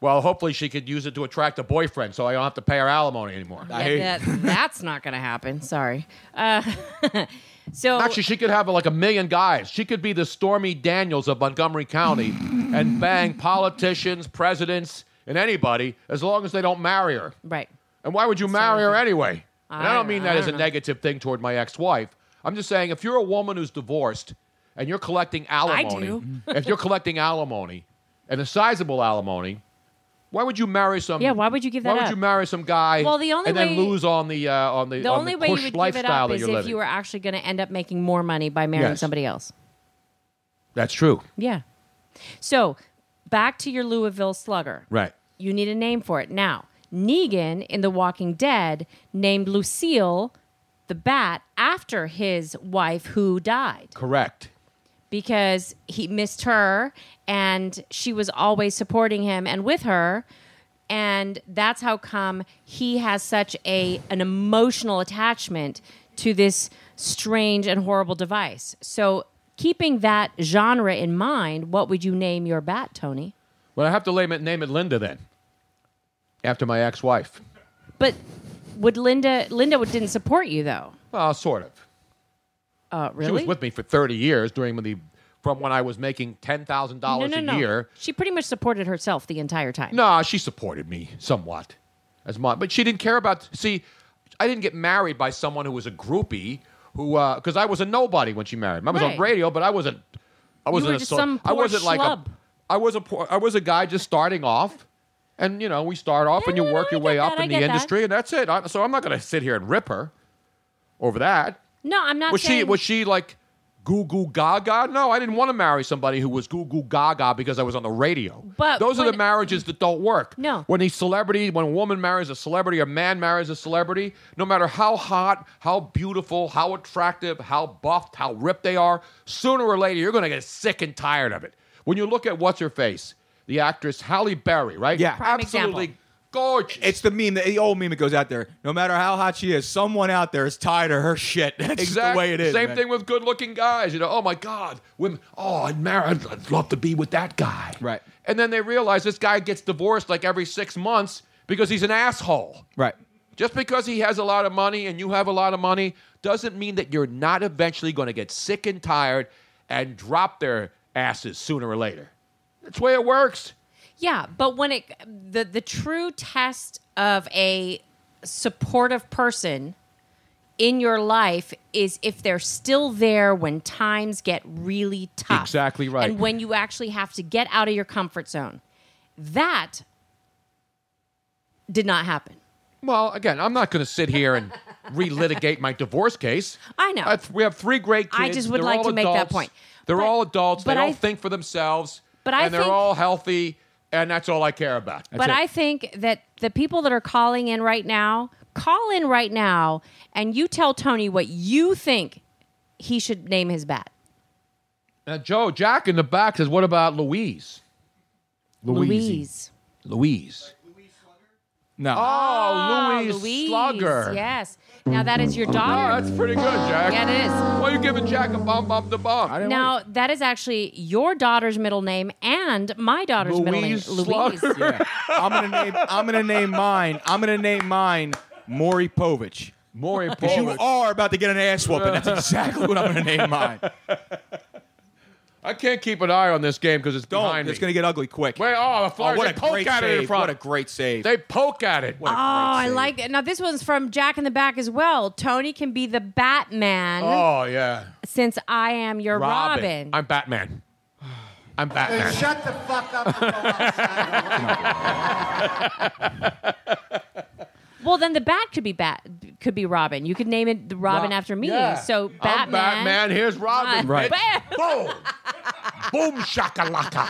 Speaker 3: well, hopefully she could use it to attract a boyfriend so I don't have to pay her alimony anymore.
Speaker 5: I hate
Speaker 6: yeah,
Speaker 3: [laughs]
Speaker 6: that- that's not going to happen. Sorry. Uh, [laughs] so
Speaker 3: Actually, she could have like a million guys. She could be the Stormy Daniels of Montgomery County and bang politicians, presidents, and anybody as long as they don't marry her.
Speaker 6: right.
Speaker 3: And why would you marry her anyway? And I
Speaker 6: I
Speaker 3: don't
Speaker 6: don't-
Speaker 3: mean that
Speaker 6: I
Speaker 3: as a
Speaker 6: don't know.
Speaker 3: negative thing toward my ex-wife. I'm just saying if you're a woman who's divorced and you're collecting alimony,
Speaker 6: do.
Speaker 3: if you're collecting alimony and a sizable alimony, why would you marry some?
Speaker 6: Yeah, why would you give that
Speaker 3: Why would
Speaker 6: up?
Speaker 3: you marry some guy?
Speaker 6: Well, the only
Speaker 3: and then
Speaker 6: way-
Speaker 3: lose on the uh, on the,
Speaker 6: The
Speaker 3: on
Speaker 6: only
Speaker 3: the
Speaker 6: way you
Speaker 3: cush
Speaker 6: would give it
Speaker 3: lifestyle
Speaker 6: up
Speaker 3: that
Speaker 6: is
Speaker 3: you're
Speaker 6: if
Speaker 3: living.
Speaker 6: you were actually going to end up making more money by marrying
Speaker 3: Yes.
Speaker 6: somebody else.
Speaker 3: That's true.
Speaker 6: Yeah. So back to your Louisville slugger.
Speaker 3: Right.
Speaker 6: You need a name for it. Now, Negan in The Walking Dead named Lucille the bat after his wife who died
Speaker 3: Correct.
Speaker 6: because he missed her and she was always supporting him and with her and that's how come he has such a an emotional attachment to this strange and horrible device so keeping that genre in mind what would you name your bat tony
Speaker 3: Well, I have to name it, name it Linda then, after my ex-wife.
Speaker 6: but would linda linda didn't support you though
Speaker 3: Well, sort of.
Speaker 6: uh, really
Speaker 3: She was with me for 30 years during the from when I was making $10,000
Speaker 6: no no
Speaker 3: a
Speaker 6: no
Speaker 3: year.
Speaker 6: she pretty much supported herself the entire time
Speaker 3: No, she supported me somewhat as much, but she didn't care about see, I didn't get married by someone who was a groupie who because I was a nobody when she married. me. I was on
Speaker 6: Right.
Speaker 3: radio, but I wasn't I wasn't
Speaker 6: were
Speaker 3: a
Speaker 6: just
Speaker 3: so-
Speaker 6: some
Speaker 3: I
Speaker 6: poor
Speaker 3: wasn't like a
Speaker 6: schlub.
Speaker 3: I was a poor, I was a guy just starting off. And you know, we start off
Speaker 6: Yeah,
Speaker 3: and you
Speaker 6: no, no,
Speaker 3: work
Speaker 6: I
Speaker 3: your
Speaker 6: get
Speaker 3: way
Speaker 6: that,
Speaker 3: up
Speaker 6: I
Speaker 3: in
Speaker 6: get
Speaker 3: the
Speaker 6: that.
Speaker 3: industry and that's it. I, so I'm not going to sit here and rip her over that.
Speaker 6: no i'm not
Speaker 3: Was she
Speaker 6: saying-
Speaker 3: was she like goo goo gaga? No, I didn't want to marry somebody who was goo goo gaga because I was on the radio.
Speaker 6: But
Speaker 3: those are the
Speaker 6: when-
Speaker 3: marriages that don't work.
Speaker 6: No.
Speaker 3: When a celebrity, when a woman marries a celebrity, a man marries a celebrity, no matter how hot, how beautiful, how attractive, how buffed, how ripped they are, sooner or later you're gonna get sick and tired of it. When you look at what's her face, the actress Halle Berry, right?
Speaker 5: Yeah. Prime
Speaker 3: absolutely
Speaker 6: example.
Speaker 3: gorgeous.
Speaker 5: It's the meme, the old meme that goes out there. No matter how hot she is, someone out there is tired of her shit. [laughs] That's just the
Speaker 3: Exactly.
Speaker 5: way it is.
Speaker 3: Same
Speaker 5: man.
Speaker 3: thing with good-looking guys. You know, oh my God, women. Oh, I'd marry. I'd, I'd love to be with that guy.
Speaker 5: Right.
Speaker 3: And then they realize this guy gets divorced like every six months because he's an asshole.
Speaker 5: Right.
Speaker 3: Just because he has a lot of money and you have a lot of money doesn't mean that you're not eventually going to get sick and tired and drop their asses sooner or later. That's the way it works.
Speaker 6: Yeah, but when it the the true test of a supportive person in your life is if they're still there when times get really tough.
Speaker 3: Exactly right.
Speaker 6: And when you actually have to get out of your comfort zone. That did not happen.
Speaker 3: Well, again, I'm not going to sit here
Speaker 6: [laughs]
Speaker 3: and relitigate my divorce case.
Speaker 6: I know.
Speaker 3: th- we have three great kids.
Speaker 6: I just would
Speaker 3: They're
Speaker 6: like
Speaker 3: all
Speaker 6: to make that
Speaker 3: adults.
Speaker 6: point.
Speaker 3: They're
Speaker 6: But-
Speaker 3: all adults. They
Speaker 6: but
Speaker 3: all
Speaker 6: I-
Speaker 3: think for themselves.
Speaker 6: But
Speaker 3: and
Speaker 6: I
Speaker 3: they're
Speaker 6: think-
Speaker 3: all healthy, and that's all I care about.
Speaker 6: but
Speaker 5: it.
Speaker 6: I think that the people that are calling in right now, call in right now and you tell Tony what you think he should name his bat.
Speaker 3: Now, Joe, Jack in the back says, "What about Louise?
Speaker 6: Louise.
Speaker 3: Louise?
Speaker 5: No.
Speaker 3: Oh,
Speaker 6: Oh,
Speaker 3: Louise, Slugger.
Speaker 6: Yes. Now that is your
Speaker 3: Oh,
Speaker 6: daughter.
Speaker 3: that's pretty good, Jack.
Speaker 6: Yeah, it is.
Speaker 3: Why are you giving Jack a bum bum the bum?
Speaker 5: I didn't
Speaker 6: Now that is actually your daughter's middle name and my daughter's middle name,
Speaker 3: Louise Slugger.
Speaker 5: Yeah. I'm gonna name. I'm gonna name mine. I'm gonna name mine Maury Povich.
Speaker 3: More
Speaker 5: 'Cause You
Speaker 3: important.
Speaker 5: are about to get an ass whooping. That's exactly what I'm gonna name
Speaker 3: [laughs]
Speaker 5: mine.
Speaker 3: I can't keep an eye on this game because it's
Speaker 5: Don't.
Speaker 3: behind
Speaker 5: It's
Speaker 3: me.
Speaker 5: gonna get ugly quick.
Speaker 3: Wait, oh, the
Speaker 5: Oh,
Speaker 3: Flyers,
Speaker 5: what a
Speaker 3: they poke
Speaker 5: great
Speaker 3: at
Speaker 5: save!
Speaker 3: it in front.
Speaker 5: What a great save!
Speaker 3: They poke at it.
Speaker 5: What a
Speaker 6: Oh,
Speaker 5: great
Speaker 6: I
Speaker 5: save.
Speaker 6: like it. Now this one's from Jack and the Back as well. Tony can be the Batman
Speaker 3: Oh, yeah.
Speaker 6: since I am your
Speaker 5: Robin.
Speaker 6: Robin.
Speaker 3: I'm Batman. I'm Batman.
Speaker 7: Shut the fuck up and go outside.
Speaker 6: Well, then the bat could be bat could be Robin. You could name it the Robin after me.
Speaker 3: Yeah.
Speaker 6: So
Speaker 3: I'm
Speaker 6: Batman.
Speaker 3: Batman. Here's
Speaker 6: [laughs]
Speaker 3: Robin.
Speaker 5: Right.
Speaker 6: Bam!
Speaker 3: Boom. Boom shakalaka.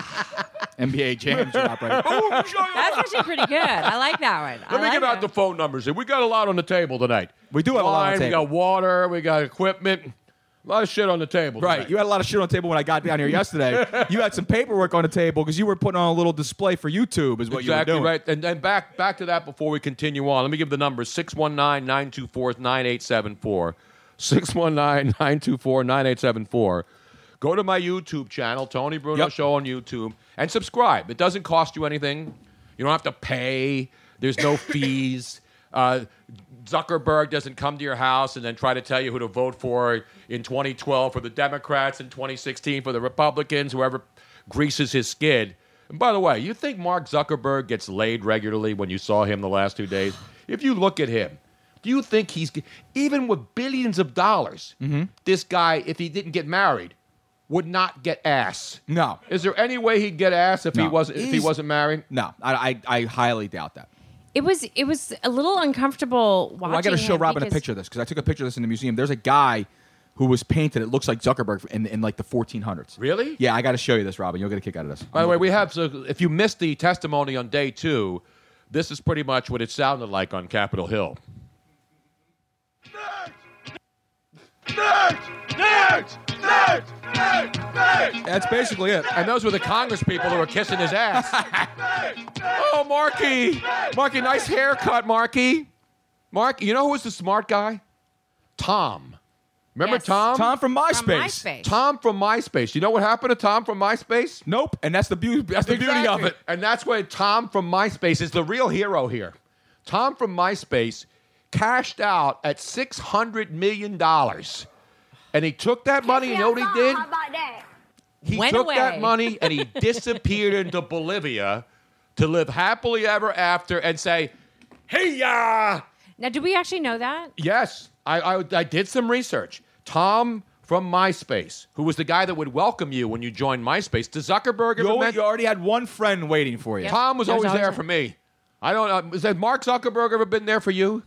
Speaker 5: NBA jams drop right.
Speaker 3: [laughs]
Speaker 5: here.
Speaker 3: Boom shakalaka.
Speaker 6: That's actually pretty good. I like that one.
Speaker 3: [laughs] Let me give out the phone numbers here. We got a lot on the table tonight.
Speaker 5: We do have a lot on
Speaker 3: Wine,
Speaker 5: the table.
Speaker 3: We got water. We got equipment. A lot of shit on the table.
Speaker 5: Right,
Speaker 3: tonight.
Speaker 5: you had a lot of shit on the table when I got down
Speaker 3: [laughs]
Speaker 5: here yesterday. you had some paperwork on the table because you were putting on a little display for YouTube, is what
Speaker 3: exactly
Speaker 5: you were doing.
Speaker 3: right. And then back back to that before we continue on. Let me give the numbers 619 924 9874. 619 924 9874. Go to my YouTube channel, Tony Bruno
Speaker 5: Yep.
Speaker 3: Show on YouTube, and subscribe. It doesn't cost you anything. You don't have to pay, there's
Speaker 5: [laughs]
Speaker 3: no fees. Uh, Zuckerberg doesn't come to your house and then try to tell you who to vote for in 2012 for the Democrats, in 2016 for the Republicans, whoever greases his skid. And by the way, you think Mark Zuckerberg gets laid regularly when you saw him the last two days? If you look at him, do you think he's, even with billions of dollars,
Speaker 5: Mm-hmm.
Speaker 3: this guy, if he didn't get married, would not get ass?
Speaker 5: No.
Speaker 3: Is there any way he'd get ass if he
Speaker 5: No.
Speaker 3: wasn't if he
Speaker 5: He's-
Speaker 3: wasn't married?
Speaker 5: No, I, I, I highly doubt that.
Speaker 6: It was it was a little uncomfortable watching.
Speaker 5: Well, I got to show
Speaker 6: him
Speaker 5: Robin
Speaker 6: because-
Speaker 5: a picture of this because I took a picture of this in the museum. There's a guy who was painted. It looks like Zuckerberg in, in like the 1400s.
Speaker 3: Really?
Speaker 5: Yeah, I got to show you this, Robin. You'll get a kick out of this.
Speaker 3: By the way, we have so if you missed the testimony on day two, this is pretty much what it sounded like on Capitol Hill.
Speaker 5: That's basically it.
Speaker 3: And those were the Congress people who were kissing his ass. oh, Marky. Marky, nice haircut, Marky. Mark, you know who was the smart guy? Tom. Remember
Speaker 6: Yes.
Speaker 3: Tom?
Speaker 5: Tom from MySpace.
Speaker 6: From MySpace.
Speaker 3: Tom from MySpace. You know what happened to Tom from MySpace?
Speaker 5: Nope. And that's the beauty. That's the beauty of
Speaker 3: Exactly.
Speaker 5: it.
Speaker 3: And that's why Tom from MySpace is the real hero here. Tom from MySpace cashed out at $600 million. And he took that money, you know what he did? He
Speaker 6: Went
Speaker 3: took that
Speaker 6: away.
Speaker 3: money and he disappeared into Bolivia to live happily ever after and say, hey, ya!
Speaker 6: Now, do we actually know that?
Speaker 3: Yes, I, I, I did some research. Tom from MySpace, who was the guy that would welcome you when you joined MySpace, to Zuckerberg
Speaker 5: You,
Speaker 3: ever
Speaker 5: al-
Speaker 3: met
Speaker 5: you already had one friend waiting for you.
Speaker 6: Yeah.
Speaker 3: Tom was
Speaker 6: There's
Speaker 3: always
Speaker 6: always
Speaker 3: there
Speaker 6: a-
Speaker 3: for me. I don't. Uh, has Mark Zuckerberg ever been there for you?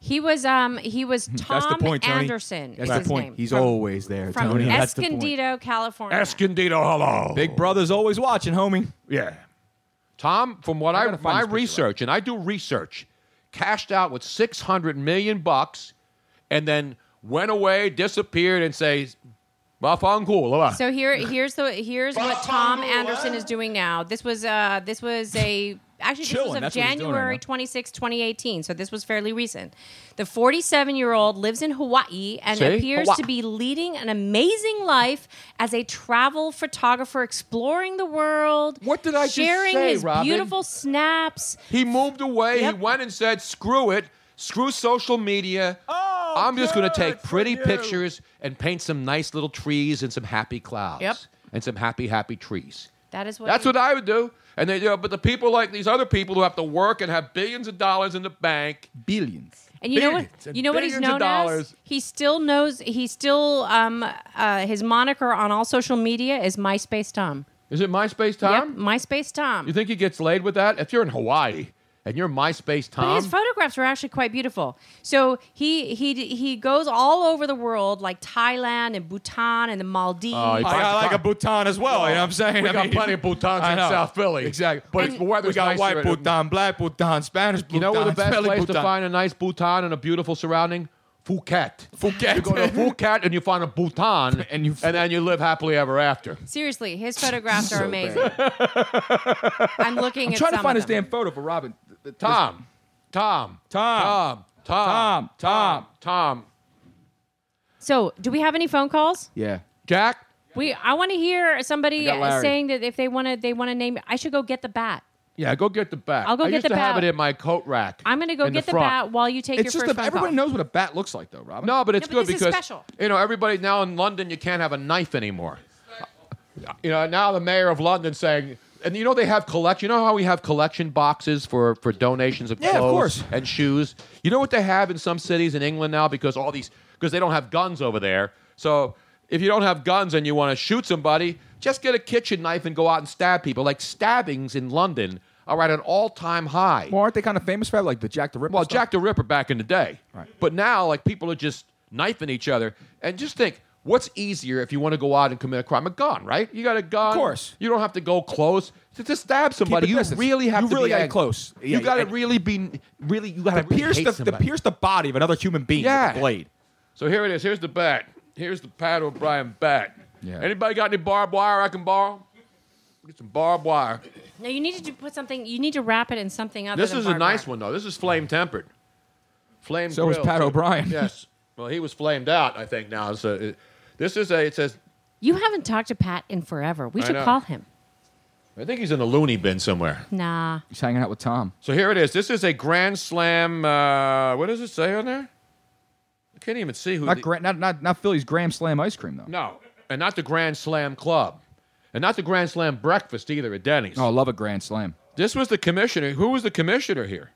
Speaker 6: He was um he was Tom
Speaker 5: Hmm. That's the point, Tony.
Speaker 6: Anderson.
Speaker 5: That's
Speaker 6: is
Speaker 5: the
Speaker 6: his
Speaker 5: point.
Speaker 6: name.
Speaker 5: He's
Speaker 6: From-
Speaker 5: always there,
Speaker 6: from
Speaker 5: Tony. That's the point.
Speaker 6: Escondido, California.
Speaker 3: Escondido, hello.
Speaker 5: Big brother's always watching, homie.
Speaker 3: yeah. Tom, from what
Speaker 5: I
Speaker 3: I
Speaker 5: gotta find
Speaker 3: my
Speaker 5: this picture,
Speaker 3: research, and I do research, cashed out with six hundred million bucks, and then went away, disappeared, and says, "Bafang cool." hello."
Speaker 6: So here, here's the here's what Tom Anderson is doing now. This was uh this was a actually this
Speaker 5: Chilling,
Speaker 6: was of
Speaker 5: that's what he's doing right
Speaker 6: January
Speaker 5: now.
Speaker 6: twenty sixth, 2018. So this was fairly recent. The 47 year old lives in Hawaii and
Speaker 3: See?
Speaker 6: appears
Speaker 3: Hawaii.
Speaker 6: to be leading an amazing life as a travel photographer, exploring the world.
Speaker 3: What did I just
Speaker 6: sharing
Speaker 3: say,
Speaker 6: his
Speaker 3: Robin?
Speaker 6: beautiful snaps?
Speaker 3: He moved away.
Speaker 6: Yep.
Speaker 3: He went and said, "Screw it, screw social media. I'm just going to take pretty pictures and paint some nice little trees and some happy clouds
Speaker 6: Yep.
Speaker 3: and some happy, happy trees."
Speaker 6: That is what.
Speaker 3: That's
Speaker 6: he-
Speaker 3: what I would do. And they, you know, but the people like these other people who have to work and have billions of dollars in the bank.
Speaker 5: Billions.
Speaker 6: And you know what?
Speaker 3: Billions and
Speaker 6: You know what he's
Speaker 3: billions of
Speaker 6: known as?
Speaker 3: dollars.
Speaker 6: He still knows. He still um uh his moniker on all social media is MySpace Tom.
Speaker 3: Is it MySpace
Speaker 6: Yep,
Speaker 3: Tom?
Speaker 6: MySpace Tom.
Speaker 3: You think he gets laid with that? If you're in Hawaii and your MySpace Tom.
Speaker 6: But his photographs were actually quite beautiful. So he he he goes all over the world, like Thailand and Bhutan and the Maldives.
Speaker 3: Oh, he
Speaker 5: I, I like a Bhutan as well. You know what I'm saying?
Speaker 3: We
Speaker 5: I
Speaker 3: got
Speaker 5: mean-
Speaker 3: plenty of Bhutans
Speaker 5: I
Speaker 3: in
Speaker 5: know.
Speaker 3: South Philly.
Speaker 5: Exactly.
Speaker 3: But it's- the weather's
Speaker 5: we got
Speaker 3: nicer
Speaker 5: white
Speaker 3: in-
Speaker 5: Bhutan, black Bhutan, Spanish Bhutan.
Speaker 3: you know where the best
Speaker 5: smelly
Speaker 3: place to
Speaker 5: Bhutan.
Speaker 3: find a nice Bhutan and a beautiful surrounding? Phuket.
Speaker 5: Phuket.
Speaker 3: You go to Phuket and you find a Bhutan,
Speaker 5: [laughs] And you-
Speaker 3: and then you live happily ever after.
Speaker 6: Seriously, his photographs are amazing.
Speaker 5: [laughs]
Speaker 6: I'm looking
Speaker 5: I'm
Speaker 6: at
Speaker 5: trying to
Speaker 6: some
Speaker 5: find
Speaker 6: of
Speaker 5: his
Speaker 6: them.
Speaker 5: damn photo for Robin.
Speaker 3: Tom, Tom,
Speaker 5: Tom.
Speaker 3: Tom, Tom,
Speaker 5: Tom.
Speaker 3: Tom, Tom.
Speaker 6: So, do we have any phone calls?
Speaker 5: Yeah.
Speaker 3: Jack,
Speaker 6: We I want to hear somebody
Speaker 5: I got Larry.
Speaker 6: saying that if they want to they want to name I should go get the bat.
Speaker 3: yeah, go get the bat.
Speaker 6: I'll go
Speaker 3: I
Speaker 6: get
Speaker 3: used
Speaker 6: the
Speaker 3: to have
Speaker 6: bat.
Speaker 3: it in my coat rack.
Speaker 6: I'm going to go
Speaker 3: in
Speaker 6: get the,
Speaker 3: front.
Speaker 6: bat while you take
Speaker 5: It's just
Speaker 6: your first
Speaker 5: a,
Speaker 6: phone
Speaker 5: everybody
Speaker 6: call.
Speaker 5: knows what a bat looks like, though, Robin.
Speaker 3: No, but it's
Speaker 6: but
Speaker 3: good
Speaker 6: this is
Speaker 3: because
Speaker 6: special.
Speaker 3: you know everybody now in London you can't have a knife anymore. You know now the mayor of London saying, and you know they have collect. You know how we have collection boxes for for donations of
Speaker 5: Yeah,
Speaker 3: clothes
Speaker 5: of course.
Speaker 3: and shoes. You know what they have in some cities in England now because all these because they don't have guns over there. So if you don't have guns and you want to shoot somebody, just get a kitchen knife and go out and stab people. Like stabbings in London are at an all time high.
Speaker 5: Well, aren't they kind of famous for that, like the Jack the Ripper?
Speaker 3: Well,
Speaker 5: stuff?
Speaker 3: Jack the Ripper back in the day.
Speaker 5: Right.
Speaker 3: But now, like, people are just knifing each other. And just think, what's easier if you want to go out and commit a crime? A gun, right? You got a gun.
Speaker 5: Of course.
Speaker 3: You don't have to go close. To, to stab somebody,
Speaker 5: a
Speaker 3: you
Speaker 5: distance.
Speaker 3: really have
Speaker 5: You
Speaker 3: to
Speaker 5: really
Speaker 3: be
Speaker 5: gotta
Speaker 3: ag-
Speaker 5: close.
Speaker 3: You
Speaker 5: Yeah,
Speaker 3: got to
Speaker 5: and-
Speaker 3: really be, really, you got
Speaker 5: To
Speaker 3: to really
Speaker 5: pierce
Speaker 3: hate
Speaker 5: the, to
Speaker 3: somebody.
Speaker 5: pierce the body of another human being
Speaker 3: Yeah.
Speaker 5: with a blade.
Speaker 3: So here it is. Here's the bat. Here's the Pat O'Brien bat.
Speaker 5: Yeah.
Speaker 3: Anybody got any barbed wire I can borrow? Get some barbed wire.
Speaker 6: No, you need to put something you need to wrap it in something other
Speaker 3: This
Speaker 6: than
Speaker 3: is a
Speaker 6: barbed
Speaker 3: nice
Speaker 6: wire.
Speaker 3: one though. This is flame tempered. Flame.
Speaker 5: So was
Speaker 3: grilled,
Speaker 5: Pat
Speaker 3: too.
Speaker 5: O'Brien. [laughs]
Speaker 3: Yes. Well, he was flamed out. I think now. So it, this is a. It says.
Speaker 6: You haven't talked to Pat in forever. We
Speaker 3: I
Speaker 6: should
Speaker 3: know.
Speaker 6: call him.
Speaker 3: I think he's in the loony bin somewhere.
Speaker 6: Nah.
Speaker 5: He's hanging out with Tom.
Speaker 3: So here it is. This is a grand slam. Uh, what does it say on there? I can't even see who.
Speaker 5: Not,
Speaker 3: the-
Speaker 5: Gra- not, not, not Philly's Graham Slam ice cream, though.
Speaker 3: no, and not the Grand Slam Club, and not the Grand Slam Breakfast either at Denny's.
Speaker 5: Oh, I love a Grand Slam.
Speaker 3: This was the commissioner. Who was the commissioner here?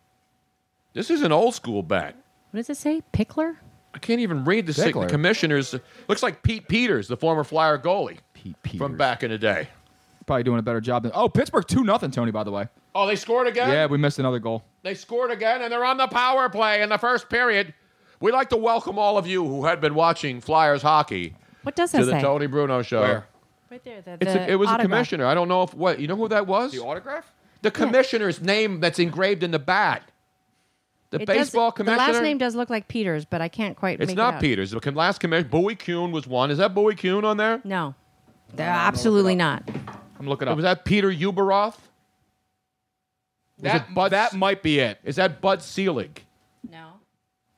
Speaker 3: This is an old school bat.
Speaker 6: What does it say? Pickler?
Speaker 3: I can't even read the sig- the
Speaker 5: Pickler.
Speaker 3: commissioners. Looks like Pete Peters, the former Flyer goalie
Speaker 5: Pete
Speaker 3: from
Speaker 5: Peters.
Speaker 3: back in the day.
Speaker 5: Probably doing a better job than. Oh, Pittsburgh 2 nothing, Tony, by the way.
Speaker 3: Oh, they scored again?
Speaker 5: Yeah, we missed another goal.
Speaker 3: They scored again, and they're on the power play in the first period. We'd like to welcome all of you who had been watching Flyers hockey
Speaker 6: What does
Speaker 3: to
Speaker 6: that
Speaker 3: the
Speaker 6: say?
Speaker 3: Tony Bruno show.
Speaker 5: Where?
Speaker 6: Right there. The,
Speaker 3: It's
Speaker 6: the
Speaker 3: a, it was a
Speaker 6: autograph.
Speaker 3: commissioner. I don't know if what you know who that was. The,
Speaker 5: autograph?
Speaker 3: commissioner's name that's engraved in the bat. The
Speaker 6: It does-
Speaker 3: baseball commissioner.
Speaker 6: The last name does look like Peters, but I can't quite.
Speaker 3: It's
Speaker 6: make it
Speaker 3: not
Speaker 6: out.
Speaker 3: Peters. The com- last commissioner, Bowie Kuhn was one. Is that Bowie Kuhn on there?
Speaker 6: No, They're absolutely not.
Speaker 5: I'm looking up.
Speaker 3: Was that Peter Uberoff?
Speaker 5: Was
Speaker 3: That
Speaker 5: it-
Speaker 3: Bud-
Speaker 5: that might be it.
Speaker 3: Is that Bud Selig?
Speaker 6: No,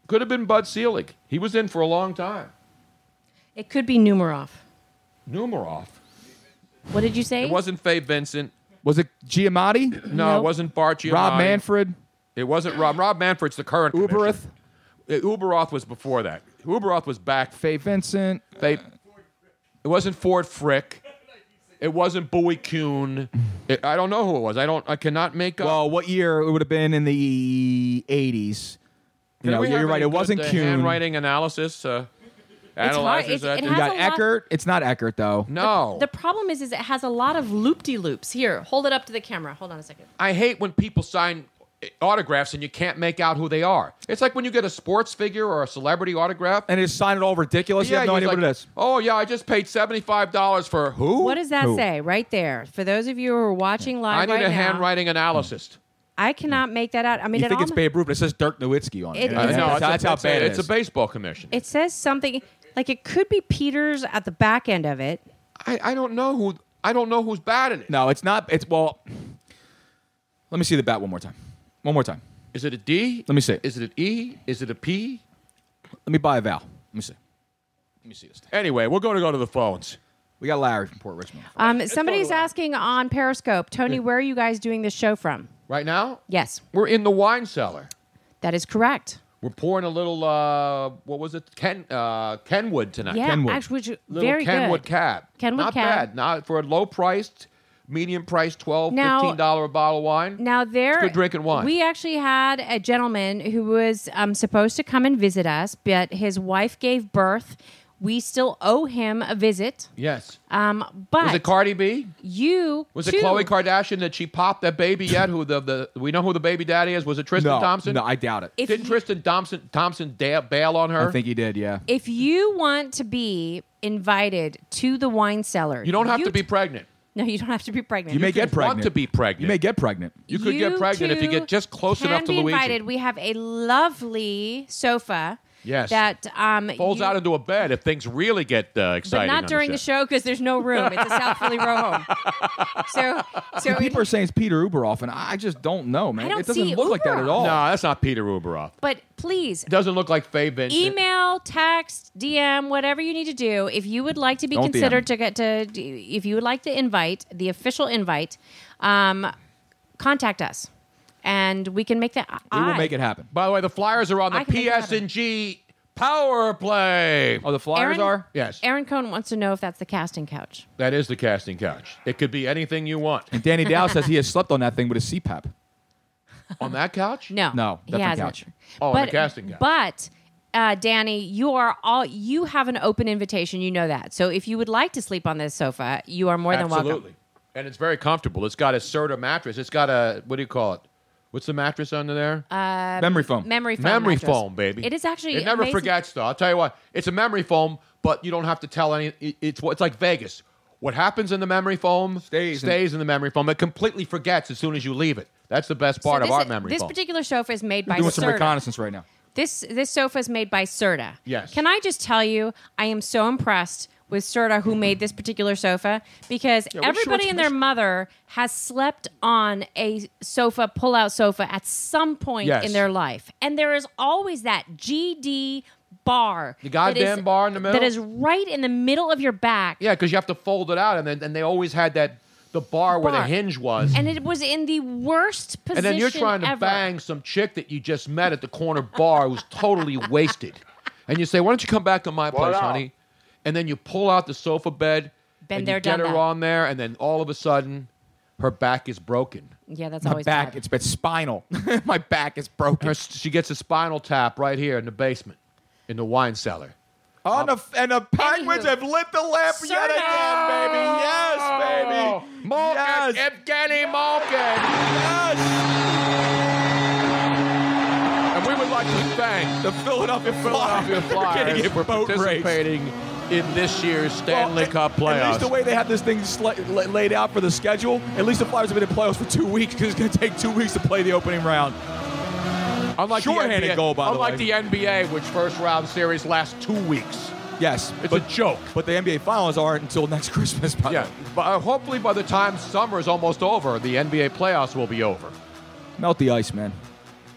Speaker 3: Could have been Bud Selig. He was in for a long time.
Speaker 6: it could be Numeroff.
Speaker 3: Numeroff.
Speaker 6: What did you say?
Speaker 3: It wasn't Faye Vincent.
Speaker 5: Was it Giamatti?
Speaker 3: No, it
Speaker 6: Nope.
Speaker 3: wasn't Bart Giamatti.
Speaker 5: Rob Manfred?
Speaker 3: It wasn't Rob. Rob Manfred's the current
Speaker 5: Ubereth?
Speaker 3: commissioner. Uh, Uberoth was before that. Uberoth was back.
Speaker 5: Faye Vincent?
Speaker 3: Faye. It wasn't Ford Frick. It wasn't Bowie Kuhn. It- I don't know who it was. I don't. I cannot make up.
Speaker 5: Well, what year it would have been in the 80s? You
Speaker 3: Can
Speaker 5: know,
Speaker 3: we
Speaker 5: you're
Speaker 3: have
Speaker 5: right.
Speaker 3: any
Speaker 5: It
Speaker 3: good,
Speaker 5: wasn't
Speaker 3: uh,
Speaker 5: Kuhn.
Speaker 3: Handwriting analysis. Uh,
Speaker 6: hard-
Speaker 3: analyzes
Speaker 6: it's-
Speaker 3: that.
Speaker 6: it
Speaker 3: You
Speaker 5: You
Speaker 6: has
Speaker 3: got-
Speaker 5: got
Speaker 6: a lot-
Speaker 5: Eckert. It's not Eckert though.
Speaker 3: no.
Speaker 6: The problem is, is it has a lot of loop de loops. Here, hold it up to the camera. Hold on a second.
Speaker 3: I hate when people sign autographs and you can't make out who they are. It's like when you get a sports figure or a celebrity autograph.
Speaker 5: And it's signed it all ridiculous. you have no
Speaker 3: you're
Speaker 5: idea
Speaker 3: like,
Speaker 5: what it is.
Speaker 3: Oh yeah, I just paid seventy five dollars for who?
Speaker 6: What does that
Speaker 5: Who?
Speaker 6: say right there? For those of you who are watching live
Speaker 3: I need
Speaker 6: right
Speaker 3: a
Speaker 6: now,
Speaker 3: handwriting analysis.
Speaker 6: I cannot make that out. I mean,
Speaker 5: You
Speaker 6: it,
Speaker 5: think it's
Speaker 6: almo-
Speaker 5: Babe Ruth, but it says Dirk Nowitzki on it.
Speaker 6: It
Speaker 5: Yeah,
Speaker 6: is.
Speaker 5: that's-
Speaker 6: No, it's a-
Speaker 5: that's how bad it
Speaker 3: Uh, it's
Speaker 5: is.
Speaker 3: a baseball commission.
Speaker 6: it says something like it could be Peters at the back end of it.
Speaker 3: I, I don't know who I don't know who's bad in it. Is
Speaker 5: no, it's not. It's well. Let me see the bat one more time. One more time.
Speaker 3: it a D?
Speaker 5: Let me see.
Speaker 3: Is it an E? Is it a P?
Speaker 5: Let me buy a vowel. Let me see. Let me see this thing.
Speaker 3: Anyway, we're going to go to the phones.
Speaker 5: We got Larry from Port Richmond.
Speaker 6: Um, somebody's asking on Periscope, Tony, where are you guys doing this show from?
Speaker 3: Right now,
Speaker 6: Yes,
Speaker 3: we're in the wine cellar.
Speaker 6: that is correct.
Speaker 3: We're pouring a little uh, what was it? Ken uh, Kenwood tonight.
Speaker 6: Yeah,
Speaker 5: Kenwood.
Speaker 6: actually, which-
Speaker 3: little
Speaker 6: very
Speaker 3: Kenwood
Speaker 6: good.
Speaker 3: cab.
Speaker 6: Kenwood
Speaker 3: not
Speaker 6: cab.
Speaker 3: bad. Not for a low priced, medium priced, 12
Speaker 6: Now-
Speaker 3: fifteen dollar a bottle of wine.
Speaker 6: Now there,
Speaker 3: It's good drinking wine.
Speaker 6: We actually had a gentleman who was um, supposed to come and visit us, but his wife gave birth. We still owe him a visit.
Speaker 3: Yes.
Speaker 6: Um, but
Speaker 3: Was it Cardi B?
Speaker 6: you
Speaker 3: Was it
Speaker 6: too-
Speaker 3: Khloe Kardashian that she popped that baby yet? Who the, the we know who the baby daddy is? Was it Tristan
Speaker 5: no,
Speaker 3: Thompson?
Speaker 5: no, I doubt it.
Speaker 6: If
Speaker 3: Didn't
Speaker 6: you-
Speaker 3: Tristan Thompson Thompson da- bail on her?
Speaker 5: I think he did. Yeah.
Speaker 6: If you want to be invited to the wine cellar,
Speaker 3: you don't have to
Speaker 6: t-
Speaker 3: be pregnant.
Speaker 6: No, you don't have to be pregnant.
Speaker 5: You may
Speaker 3: could
Speaker 5: get pregnant.
Speaker 3: want to be pregnant.
Speaker 5: You may get pregnant.
Speaker 3: You could get pregnant if you
Speaker 6: two
Speaker 3: get just close
Speaker 6: can
Speaker 3: enough to
Speaker 6: be
Speaker 3: Luigi.
Speaker 6: Invited. We have a lovely sofa.
Speaker 3: Yes.
Speaker 6: That um
Speaker 3: Folds
Speaker 6: you-
Speaker 3: out into a bed if things really get uh,
Speaker 6: but
Speaker 3: exciting. on
Speaker 6: not during the show because there's no room. It's a South Philly row home.
Speaker 3: [laughs]
Speaker 6: So, so
Speaker 5: People are saying it's Peter Uberoff, and I just don't know, man.
Speaker 6: I don't
Speaker 5: it doesn't
Speaker 6: see
Speaker 5: look like that at
Speaker 6: Uberoff.
Speaker 5: all.
Speaker 3: No, that's not Peter Uberoff.
Speaker 6: but please
Speaker 3: It doesn't look like Faye Vincent.
Speaker 6: email, text, DM, whatever you need to do. If you would like to be
Speaker 5: Don't
Speaker 6: considered to
Speaker 5: DM.
Speaker 6: get to, if you would like to invite the official invite, um, contact us, and we can make that.
Speaker 5: We will make it happen.
Speaker 3: By the way, the Flyers are on
Speaker 6: I
Speaker 3: the
Speaker 6: can make it happen.
Speaker 3: PSG Power Play.
Speaker 5: Oh, the Flyers
Speaker 6: Aaron-
Speaker 5: are.
Speaker 3: Yes,
Speaker 6: Aaron Cohn wants to know if that's the casting couch.
Speaker 3: that is the casting couch. It could be anything you
Speaker 6: [laughs]
Speaker 3: want
Speaker 5: And Danny Dow says he has slept on that thing with a CPAP.
Speaker 3: on that couch.
Speaker 6: No,
Speaker 5: No,
Speaker 6: he
Speaker 5: different
Speaker 6: hasn't.
Speaker 5: couch.
Speaker 3: Oh,
Speaker 6: but,
Speaker 3: on the casting couch.
Speaker 6: But uh, Danny, you are all you have an open invitation. You know that. So if you would like to sleep on this sofa, you are more
Speaker 3: Absolutely.
Speaker 6: than welcome.
Speaker 3: And it's very comfortable. It's got a Serta mattress. It's got a what do you call it? What's the mattress under there?
Speaker 5: Memory foam.
Speaker 6: Memory Uh, foam.
Speaker 3: memory
Speaker 6: mattress.
Speaker 3: foam, baby.
Speaker 6: It is actually.
Speaker 3: It never
Speaker 6: amazing.
Speaker 3: forgets though. I'll tell you what. It's a memory foam, but you don't have to tell any. it- It's what- it's like Vegas. What happens in the memory foam
Speaker 5: Stays in-
Speaker 3: in, the memory foam. It completely forgets as soon as you leave it. That's the best
Speaker 6: So
Speaker 3: part
Speaker 6: this-
Speaker 3: of our memory
Speaker 6: This
Speaker 3: foam.
Speaker 6: particular sofa is made by
Speaker 5: Doing some
Speaker 6: Serta.
Speaker 5: reconnaissance right now.
Speaker 6: This this sofa is made by Serta.
Speaker 3: Yes.
Speaker 6: Can I just tell you, I am so impressed with Serta who made this particular sofa because
Speaker 3: we're
Speaker 6: everybody
Speaker 3: short-
Speaker 6: and their mother has slept on a sofa, pull out sofa at some point
Speaker 3: Yes.
Speaker 6: in their life. And there is always that GD bar.
Speaker 3: The goddamn
Speaker 6: that is-
Speaker 3: bar in the middle?
Speaker 6: That is right in the middle of your back.
Speaker 3: yeah, because you have to fold it out, and then and they always had that the bar, where the
Speaker 6: Bar.
Speaker 3: hinge was.
Speaker 6: And it was in the worst position
Speaker 3: And then you're trying to
Speaker 6: ever.
Speaker 3: bang some chick that you just met at the corner bar who's
Speaker 6: [laughs]
Speaker 3: totally wasted. And you say, Why don't you come back to my place, honey? And then you pull out the sofa bed
Speaker 6: Been
Speaker 3: and
Speaker 6: there,
Speaker 3: you get
Speaker 6: done
Speaker 3: her
Speaker 6: that.
Speaker 3: on there, and then all of a sudden, her back is broken.
Speaker 6: Yeah, that's
Speaker 5: My
Speaker 6: always
Speaker 5: back,
Speaker 6: bad.
Speaker 5: it's been spinal. [laughs] My back is broken.
Speaker 3: Her, she gets a spinal tap right here in the basement, in the wine cellar.
Speaker 5: On the, and the Penguins
Speaker 6: Anywho.
Speaker 5: have lit the lamp yet
Speaker 6: Serta.
Speaker 5: again, baby. Yes,
Speaker 3: Oh,
Speaker 5: baby.
Speaker 3: Malkin,
Speaker 5: yes.
Speaker 3: Evgeny Malkin.
Speaker 5: yes.
Speaker 3: And we would like to thank
Speaker 5: The Philadelphia
Speaker 3: Philadelphia
Speaker 5: Flyers, are
Speaker 3: Flyers
Speaker 5: [laughs] getting
Speaker 3: for
Speaker 5: a boat race.
Speaker 3: participating in this year's Stanley
Speaker 5: Well,
Speaker 3: Cup
Speaker 5: at-
Speaker 3: playoffs.
Speaker 5: At least the way they have this thing sli- la- laid out for the schedule, at least the Flyers have been in playoffs for two weeks because it's going to take two weeks to play the opening round.
Speaker 3: Unlike
Speaker 5: Shorthanded
Speaker 3: the NBA,
Speaker 5: goal, by the
Speaker 3: unlike
Speaker 5: way.
Speaker 3: the NBA, which first round series lasts two weeks.
Speaker 5: Yes,
Speaker 3: It's
Speaker 5: but
Speaker 3: a joke.
Speaker 5: but the NBA finals aren't until next [laughs] Christmas. By the
Speaker 3: Yeah,
Speaker 5: way.
Speaker 3: but uh, hopefully by the time summer is almost over, the NBA playoffs will be over.
Speaker 5: melt the ice, man.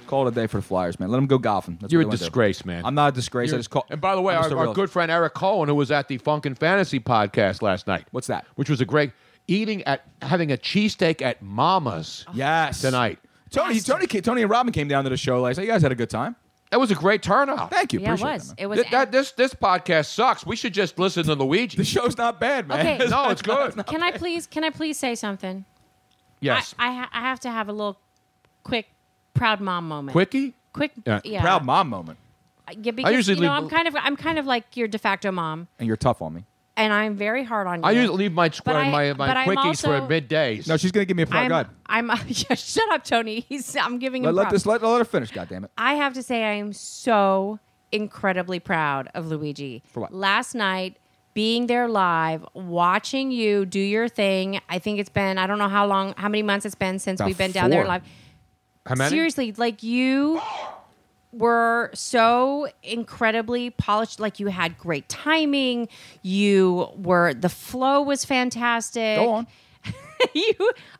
Speaker 5: Call it a day for the Flyers, man. Let them go golfing. That's
Speaker 3: You're
Speaker 5: what
Speaker 3: a
Speaker 5: they wanna do.
Speaker 3: disgrace, man.
Speaker 5: I'm not a disgrace. I
Speaker 3: You're-
Speaker 5: just call.
Speaker 3: and by the way,
Speaker 5: I'm just
Speaker 3: our,
Speaker 5: a
Speaker 3: our
Speaker 5: real-
Speaker 3: good friend Eric Cohen, who was at the Funk and Fantasy podcast last night.
Speaker 5: What's that?
Speaker 3: Which was a great eating at having a cheesesteak at Mama's
Speaker 5: Yes,
Speaker 3: tonight.
Speaker 5: Tony, Tony, ca- Tony, and Robin came down to the show last night. You guys had a good time.
Speaker 3: That was a great turnout.
Speaker 5: Thank you.
Speaker 6: yeah, it
Speaker 5: Appreciate
Speaker 6: was.
Speaker 5: that, man.
Speaker 6: It was
Speaker 3: Th- that, this this podcast sucks. We should just listen to Luigi.
Speaker 5: The show's not bad, man. [laughs]
Speaker 6: Okay.
Speaker 3: no, it's good.
Speaker 6: Can I please can I please say something?
Speaker 3: yes.
Speaker 6: I, I, ha- I have to have a little quick proud mom moment.
Speaker 3: Quickie.
Speaker 6: Quick.
Speaker 3: Yeah.
Speaker 6: Yeah.
Speaker 5: Proud mom moment,
Speaker 6: Yeah, because,
Speaker 3: usually
Speaker 6: you know,
Speaker 3: leave-
Speaker 6: I'm kind of I'm kind of like your de facto mom,
Speaker 5: and you're tough on me.
Speaker 6: and I'm very hard on you.
Speaker 3: I usually leave my square,
Speaker 6: I-
Speaker 3: my,
Speaker 6: but
Speaker 3: my
Speaker 6: I'm
Speaker 3: quickies
Speaker 6: also-
Speaker 3: for middays.
Speaker 5: No, she's gonna give me a proud
Speaker 6: I'm,
Speaker 5: god.
Speaker 6: I'm, [laughs] yeah, shut up, Tony. He's I'm giving him.
Speaker 5: Let, let
Speaker 6: props.
Speaker 5: this let, let her finish. God damn it.
Speaker 6: I have to say, I am so incredibly proud of Luigi.
Speaker 5: For what?
Speaker 6: Last night, being there live, watching you do your thing. I think it's been I don't know how long, how many months it's been since
Speaker 5: About
Speaker 6: we've been down there
Speaker 5: four.
Speaker 6: live.
Speaker 3: How many?
Speaker 6: Seriously, like you were so incredibly polished. Like you had great timing. You were the flow was fantastic.
Speaker 5: Go on.
Speaker 6: [laughs] you,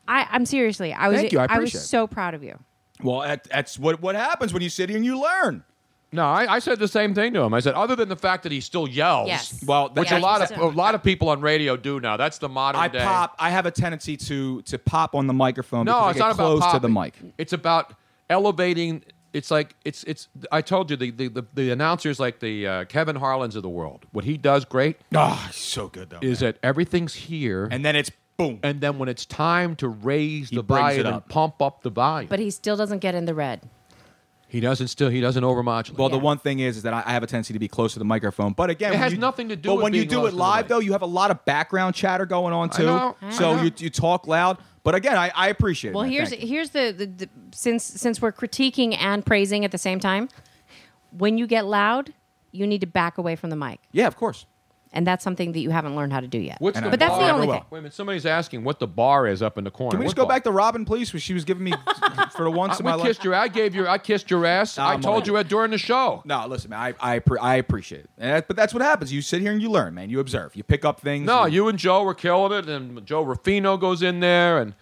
Speaker 6: I, I'm seriously. I was.
Speaker 5: Thank you, I
Speaker 6: was
Speaker 5: appreciate it.
Speaker 6: so proud of you.
Speaker 5: Well, that, that's what what happens when you sit here and you learn.
Speaker 3: No, I, I said the same thing to him. I said, other than the fact that he still yells,
Speaker 6: Yes.
Speaker 5: Well,
Speaker 3: which a
Speaker 5: Yeah,
Speaker 3: lot
Speaker 6: he
Speaker 3: of a
Speaker 6: still-
Speaker 3: lot of people on radio do now. That's the modern
Speaker 5: I
Speaker 3: day.
Speaker 5: pop. I have a tendency to to pop on the microphone.
Speaker 3: No,
Speaker 5: because
Speaker 3: it's
Speaker 5: I get
Speaker 3: not
Speaker 5: close
Speaker 3: about
Speaker 5: to the mic.
Speaker 3: popping. It's about elevating. It's like it's it's. I told you the the the, the announcers like the uh, Kevin Harlan's of the world. What he does great
Speaker 5: Oh, so good though.
Speaker 3: is that everything's here, and,
Speaker 5: and then it's boom.
Speaker 3: then when it's time to raise the
Speaker 5: brings it
Speaker 3: volume and
Speaker 5: up.
Speaker 3: pump up the volume.
Speaker 6: But he still doesn't get in the red.
Speaker 3: He doesn't still. He doesn't overmodulate.
Speaker 5: Well, the
Speaker 6: Yeah.
Speaker 5: one thing is, is that I, I have a tendency to be close to the microphone. But
Speaker 3: It
Speaker 5: again, when
Speaker 3: has
Speaker 5: you-
Speaker 3: nothing to do
Speaker 5: But
Speaker 3: with
Speaker 5: when you
Speaker 3: being
Speaker 5: do
Speaker 3: close
Speaker 5: it
Speaker 3: to the
Speaker 5: live,
Speaker 3: mic.
Speaker 5: though, you have a lot of background chatter going on too.
Speaker 3: know. I
Speaker 5: So
Speaker 3: know.
Speaker 5: you you talk loud. But again, I, I appreciate. it,
Speaker 6: Well,
Speaker 5: man.
Speaker 6: here's
Speaker 5: Thank you.
Speaker 6: here's the, the, the since since we're critiquing and praising at the same time. When you get loud, you need to back away from the mic,
Speaker 5: yeah, of course.
Speaker 6: and that's something that you haven't learned how to do yet.
Speaker 3: What's
Speaker 5: And
Speaker 3: the
Speaker 5: I
Speaker 6: but that's
Speaker 3: bar-
Speaker 6: the
Speaker 5: never
Speaker 6: only
Speaker 5: will.
Speaker 6: thing.
Speaker 3: Wait a minute. Somebody's asking what the bar is up in the corner.
Speaker 5: Can we just
Speaker 3: What
Speaker 5: go back to Robin, please? When she
Speaker 3: [laughs]
Speaker 5: was giving me for the once in my
Speaker 3: bar? I, we
Speaker 5: life.
Speaker 3: kissed your. I gave your. I kissed your ass.
Speaker 5: Nah,
Speaker 3: I
Speaker 5: I'm
Speaker 3: told
Speaker 5: all
Speaker 3: you that during the show.
Speaker 5: No, listen, man. I I, appre- I appreciate it, And that- but that's what happens. You sit here and you learn, man. You observe, you pick up things.
Speaker 3: No, you and Joe were killing it, and Joe Ruffino goes in there, and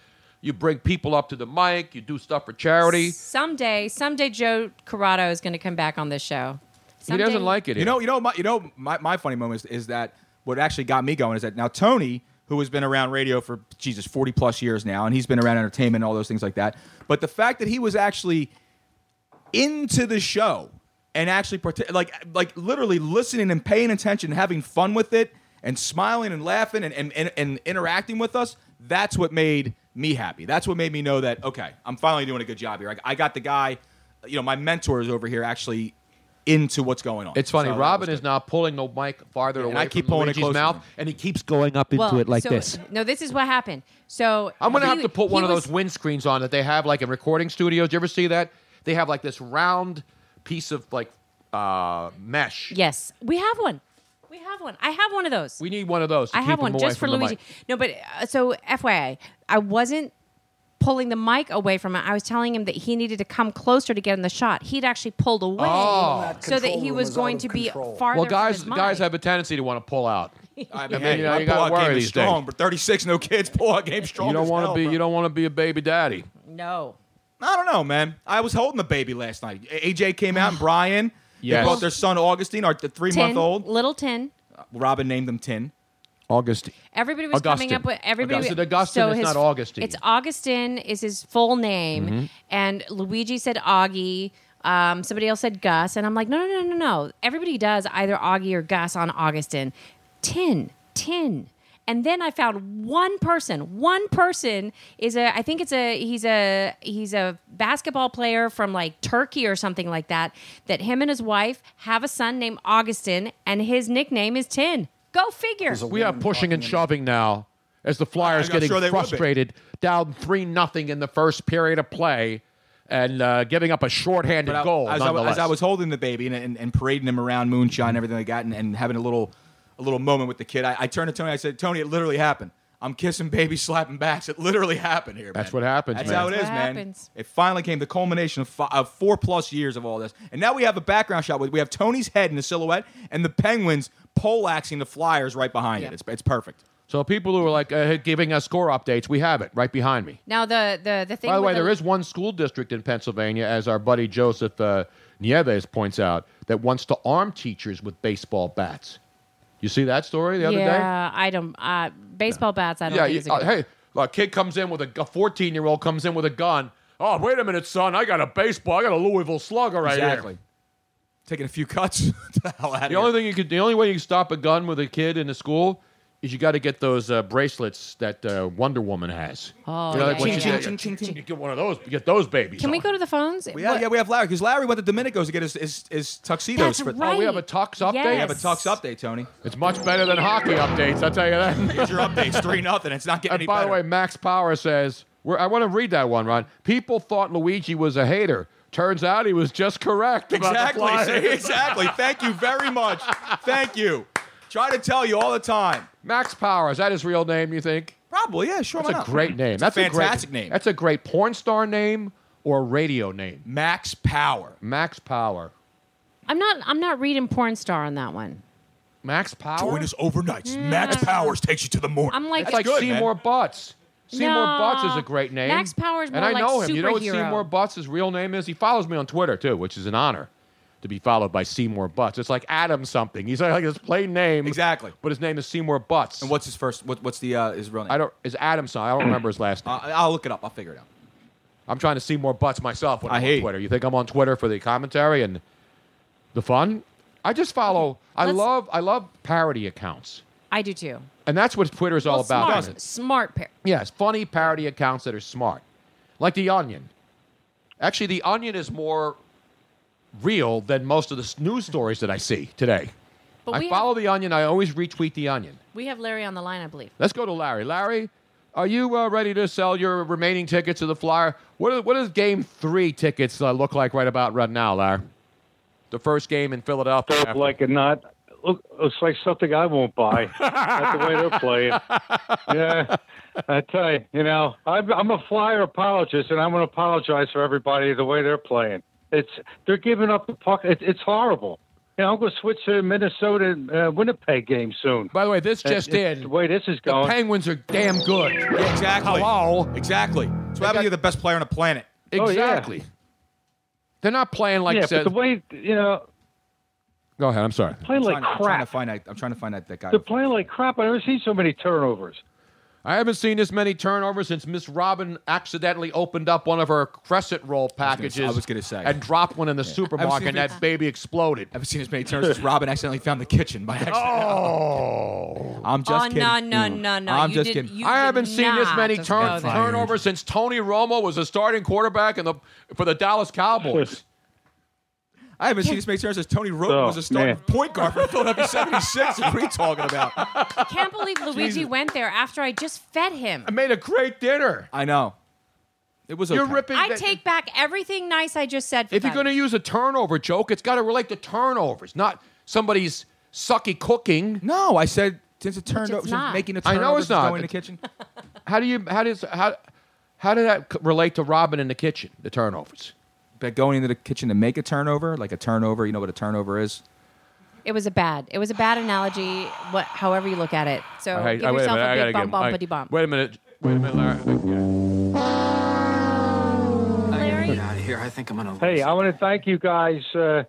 Speaker 3: you bring people up to the mic. You do stuff for charity.
Speaker 6: Someday, someday, Joe Corrado is going to come back on this show.
Speaker 3: He
Speaker 6: Someday,
Speaker 3: doesn't like it.
Speaker 5: You
Speaker 3: here.
Speaker 5: know, you know, my, you know, my, my funny moment is, is that what actually got me going is that now Tony, who has been around radio for Jesus forty plus years now, and he's been around entertainment and all those things like that. But the fact that he was actually into the show and actually parti- like like literally listening and paying attention and having fun with it and smiling and laughing and, and, and, and interacting with us that's what made me happy that's what made me know that okay i'm finally doing a good job here i, I got the guy you know my mentor is over here actually into what's going on
Speaker 3: It's funny.
Speaker 5: So that
Speaker 3: Robin
Speaker 5: was
Speaker 3: is now pulling the mic farther
Speaker 5: and
Speaker 3: away
Speaker 5: I keep
Speaker 3: from
Speaker 5: pulling it
Speaker 3: Luigi's
Speaker 5: closer to
Speaker 3: mouth,
Speaker 5: him.
Speaker 3: and he keeps going up into it like
Speaker 6: so-
Speaker 3: this.
Speaker 6: No, this is what happened. So
Speaker 3: I'm gonna
Speaker 6: he-
Speaker 3: have to put
Speaker 6: he
Speaker 3: one of
Speaker 6: was-
Speaker 3: those windscreens on that they have like in recording studios. You ever see that? They have like this round piece of like uh, mesh.
Speaker 6: Yes, we have one. We have one. I have one of those.
Speaker 3: We need one of those. To
Speaker 6: I
Speaker 3: keep
Speaker 6: have
Speaker 3: him
Speaker 6: one
Speaker 3: away
Speaker 6: just for
Speaker 3: from the
Speaker 6: Luigi.
Speaker 3: mic.
Speaker 6: No, but uh, so FYI, I wasn't pulling the mic away from him. I was telling him that he needed to come closer to get in the shot. He'd actually pulled away
Speaker 3: Oh.
Speaker 6: so that he was going to be farther.
Speaker 3: Well,
Speaker 6: from
Speaker 3: guys,
Speaker 6: his mic.
Speaker 3: guys have a tendency to want to pull
Speaker 6: [laughs]
Speaker 3: out. You
Speaker 5: I
Speaker 3: mean,
Speaker 5: mean, hey,
Speaker 3: you know,
Speaker 5: my
Speaker 3: you gotta
Speaker 5: pull-out
Speaker 3: worry
Speaker 5: game
Speaker 3: these
Speaker 5: is strong,
Speaker 3: days.
Speaker 5: but 36, no kids, pull-out game strong.
Speaker 3: don't
Speaker 5: want to
Speaker 3: be. You don't want to be a baby daddy.
Speaker 6: no.
Speaker 5: I don't know, man. I was holding the baby last night. A- AJ
Speaker 3: [sighs]
Speaker 5: came out and Brian.
Speaker 3: Yes.
Speaker 5: They brought their son Augustine, our th-
Speaker 6: Tin,
Speaker 5: three-month-old.
Speaker 6: little tin.
Speaker 5: Robin named him Tin.
Speaker 3: August.
Speaker 6: Everybody was
Speaker 3: Augustine.
Speaker 6: coming up with everybody.
Speaker 3: Augustine. Augustine
Speaker 6: so
Speaker 3: is
Speaker 6: his-
Speaker 3: not Augustine. Mm-hmm.
Speaker 6: It's Augustine is his full name, and Luigi said Augie. Um, somebody else said Gus, and I'm like, no, no, no, no, no. Everybody does either Augie or Gus on Augustine. Tin, tin. And then I found one person. One person is a. I think it's a. He's a. He's a basketball player from like Turkey or something like that. That him and his wife have a son named Augustine, and his nickname is Tin. Go figure.
Speaker 3: We are pushing and shoving now as the Flyers
Speaker 5: I'm
Speaker 3: getting
Speaker 5: sure they will be.
Speaker 3: frustrated, down three nothing in the first period of play, and uh, giving up a shorthanded
Speaker 5: But I-
Speaker 3: goal.
Speaker 5: as, I, wa-
Speaker 3: nonetheless.
Speaker 5: as I was holding the baby and, and, and parading him around, moonshine, and everything like that, and, and having a little a little moment with the kid, I, I turned to Tony. I said, Tony, it literally happened. I'm kissing baby, [laughs] slapping backs. It literally happened here.
Speaker 3: That's
Speaker 5: man.
Speaker 3: what happens,
Speaker 5: That's
Speaker 3: man.
Speaker 5: how it is,
Speaker 6: That's what
Speaker 5: man.
Speaker 6: happens.
Speaker 5: It finally came the culmination of, fi- of four plus years of all this, and now we have a background shot with we have Tony's head in the silhouette and the Penguins poleaxing the Flyers right behind
Speaker 6: Yeah.
Speaker 5: it. It's, it's perfect.
Speaker 3: So people who are like uh, giving us score updates, we have it right behind me.
Speaker 6: Now the the the thing.
Speaker 3: By the
Speaker 6: with
Speaker 3: way, there is one school district in Pennsylvania, as our buddy Joseph uh, Nieves points out, that wants to arm teachers with baseball bats. You see that story the other day?
Speaker 6: yeah, I don't. Uh, baseball bats. I don't.
Speaker 3: Yeah.
Speaker 6: think
Speaker 3: You,
Speaker 6: is a
Speaker 3: uh,
Speaker 6: good-
Speaker 3: hey, a kid comes in with a- a 14 year old comes in with a gun. Oh, wait a minute, son. I got a baseball. I got a Louisville slugger right
Speaker 5: exactly.
Speaker 3: here.
Speaker 5: Taking a few cuts. [laughs] the hell out
Speaker 3: The only thing you could, the only way you can stop a gun with a kid in a school is you got to get those uh, bracelets that uh, Wonder Woman has.
Speaker 6: Oh,
Speaker 3: you know, like
Speaker 6: yeah,
Speaker 3: when
Speaker 6: yeah,
Speaker 3: she-
Speaker 6: yeah.
Speaker 5: Ching, ching, ching, ching.
Speaker 3: You get one of those. You get those babies.
Speaker 6: Can we
Speaker 3: on.
Speaker 6: go to the phones?
Speaker 5: we have, yeah, we have Larry because Larry went to Domenico's to get his, his, his tuxedos
Speaker 6: That's
Speaker 5: for.
Speaker 6: right.
Speaker 3: Oh, we have a Tux update?
Speaker 6: Yes.
Speaker 3: We
Speaker 5: We have a tux update, Tony.
Speaker 3: It's much better than hockey updates, I'll tell you
Speaker 5: [laughs]
Speaker 3: that.
Speaker 5: It's your updates [laughs] three nothing. It's not getting
Speaker 3: and
Speaker 5: any
Speaker 3: by the
Speaker 5: better.
Speaker 3: way, Max Power says, we're, I want to read that one, Ron. People thought Luigi was a hater. Turns out he was just correct. about the
Speaker 5: exactly,
Speaker 3: Flyers. [laughs]
Speaker 5: see, [laughs] exactly. Thank you very much. Thank you. Try to tell you all the time.
Speaker 3: Max Power, is that his real name, you think?
Speaker 5: Probably, yeah, sure.
Speaker 3: That's
Speaker 5: why
Speaker 3: a
Speaker 5: not?
Speaker 3: great name.
Speaker 5: It's
Speaker 3: that's
Speaker 5: a fantastic
Speaker 3: a great,
Speaker 5: name.
Speaker 3: That's a great porn star name or radio name.
Speaker 5: Max Power.
Speaker 3: Max Power.
Speaker 6: I'm not. I'm not reading porn star on that one.
Speaker 3: Max Power?
Speaker 5: overnights.
Speaker 3: Mm.
Speaker 5: Max Powers takes you to the morning.
Speaker 6: I'm like.
Speaker 3: It's like
Speaker 5: good, man.
Speaker 3: Seymour Butts. Seymour
Speaker 6: No.
Speaker 3: Butts is a great name.
Speaker 6: Max Power's
Speaker 3: and
Speaker 6: more
Speaker 3: I
Speaker 6: like
Speaker 3: know him. You know what
Speaker 6: superhero.
Speaker 3: Seymour Butts' real name is? He follows me on Twitter too, which is an honor to be followed by Seymour Butts. It's like Adam something. He's like his plain name,
Speaker 5: Exactly.
Speaker 3: but his name is Seymour Butts.
Speaker 5: And what's his first? What, what's the uh, his real name?
Speaker 3: I don't is Adam something. I don't remember his last name.
Speaker 5: Uh, I'll look it up. I'll figure it out.
Speaker 3: I'm trying to see more butts myself when
Speaker 5: I
Speaker 3: I'm
Speaker 5: hate
Speaker 3: on
Speaker 5: you.
Speaker 3: Twitter. You think I'm on Twitter for the commentary and the fun? I just follow. I
Speaker 6: Let's-
Speaker 3: love. I love parody accounts,
Speaker 6: I do too.
Speaker 3: and that's what Twitter's all
Speaker 6: Well,
Speaker 3: about.
Speaker 6: smart,
Speaker 3: isn't it?
Speaker 6: smart pair.
Speaker 3: Yes, funny parody accounts that are smart, like The Onion. Actually, The Onion is more real than most of the s- news stories that I see today.
Speaker 6: But we
Speaker 3: I
Speaker 6: have-
Speaker 3: follow the Onion. I always retweet the Onion.
Speaker 6: We have Larry on the line, I believe.
Speaker 3: Let's go to Larry. Larry, are you uh, ready to sell your remaining tickets to the Flyer? What are, what does Game Three tickets uh, look like right about right now, Larry? The first game in Philadelphia.
Speaker 8: Don't like it not. Look, looks like something I won't buy. That's the way
Speaker 3: [laughs]
Speaker 8: they're playing. Yeah, I tell you, you know, I'm, I'm a flyer apologist, and I'm going to apologize for everybody the way they're playing. It's they're giving up the puck. It, it's horrible. You know, I'm going to switch to Minnesota and, uh, Winnipeg game soon.
Speaker 3: By the way, this just
Speaker 8: It- it's
Speaker 3: in.
Speaker 8: the way this is
Speaker 3: The
Speaker 8: going.
Speaker 3: Penguins are damn good.
Speaker 5: Yeah, exactly.
Speaker 3: Hello.
Speaker 5: Exactly. So how about you're the best player on the planet?
Speaker 8: Oh, yeah.
Speaker 3: Exactly. They're not playing like.
Speaker 8: yeah,
Speaker 3: said-
Speaker 8: but the way you know,
Speaker 3: go ahead. I'm sorry.
Speaker 8: playing like
Speaker 5: Trying- I'm trying to
Speaker 8: crap.
Speaker 5: find that. I'm trying to find that, that guy.
Speaker 8: They're playing like crap. I've never seen so many turnovers.
Speaker 3: I haven't seen this many turnovers since Miss Robin accidentally opened up one of her crescent roll packages.
Speaker 5: I was gonna say.
Speaker 3: And dropped one in the
Speaker 5: seen
Speaker 3: supermarket, and
Speaker 5: this-
Speaker 3: that baby exploded.
Speaker 5: I've seen as many turns as Robin accidentally found the kitchen by accident.
Speaker 3: Oh.
Speaker 5: [laughs] I'm just
Speaker 6: oh
Speaker 5: kidding.
Speaker 6: no no no no!
Speaker 5: I'm
Speaker 6: you
Speaker 5: just
Speaker 6: did,
Speaker 5: kidding.
Speaker 6: You
Speaker 3: I
Speaker 6: did
Speaker 3: haven't seen this
Speaker 6: not
Speaker 3: many
Speaker 6: just
Speaker 3: turn,
Speaker 6: go there.
Speaker 3: turnovers since Tony Romo was a starting quarterback in the for the Dallas Cowboys.
Speaker 5: I haven't seen as many turns as Tony Roten
Speaker 8: Oh,
Speaker 5: was a starting
Speaker 8: man.
Speaker 5: point guard for Philadelphia 76. what are you talking about?
Speaker 6: I
Speaker 3: [laughs]
Speaker 6: can't believe Luigi went there after I just fed him.
Speaker 3: I made a great dinner.
Speaker 5: I know. It was okay.
Speaker 3: You're ripping.
Speaker 6: I
Speaker 3: that-
Speaker 6: take back everything nice I just said. For
Speaker 3: If you're going to use a turnover joke, it's got to relate to turnovers, not somebody's sucky cooking.
Speaker 5: No, I said since it turned
Speaker 6: it's
Speaker 5: over, since
Speaker 6: not.
Speaker 5: making a
Speaker 3: I
Speaker 5: turnover,
Speaker 3: know it's
Speaker 5: since
Speaker 3: not.
Speaker 5: going in the kitchen.
Speaker 3: How do you how does how how did that c- relate to Robin in the kitchen? The turnovers.
Speaker 5: But going into the kitchen to make a turnover, like a turnover, you know what a turnover is?
Speaker 6: it was a bad, it was a bad analogy. What, however you look at it. So
Speaker 3: Hey,
Speaker 6: Oh,
Speaker 3: wait
Speaker 6: give
Speaker 3: minute,
Speaker 6: yourself
Speaker 3: I
Speaker 6: a
Speaker 3: gotta
Speaker 6: big
Speaker 3: get him.
Speaker 6: bump,
Speaker 3: I-
Speaker 6: bumpity bump.
Speaker 3: Wait a minute. Wait a minute, Larry.
Speaker 8: Hey, I want to thank you guys. Uh,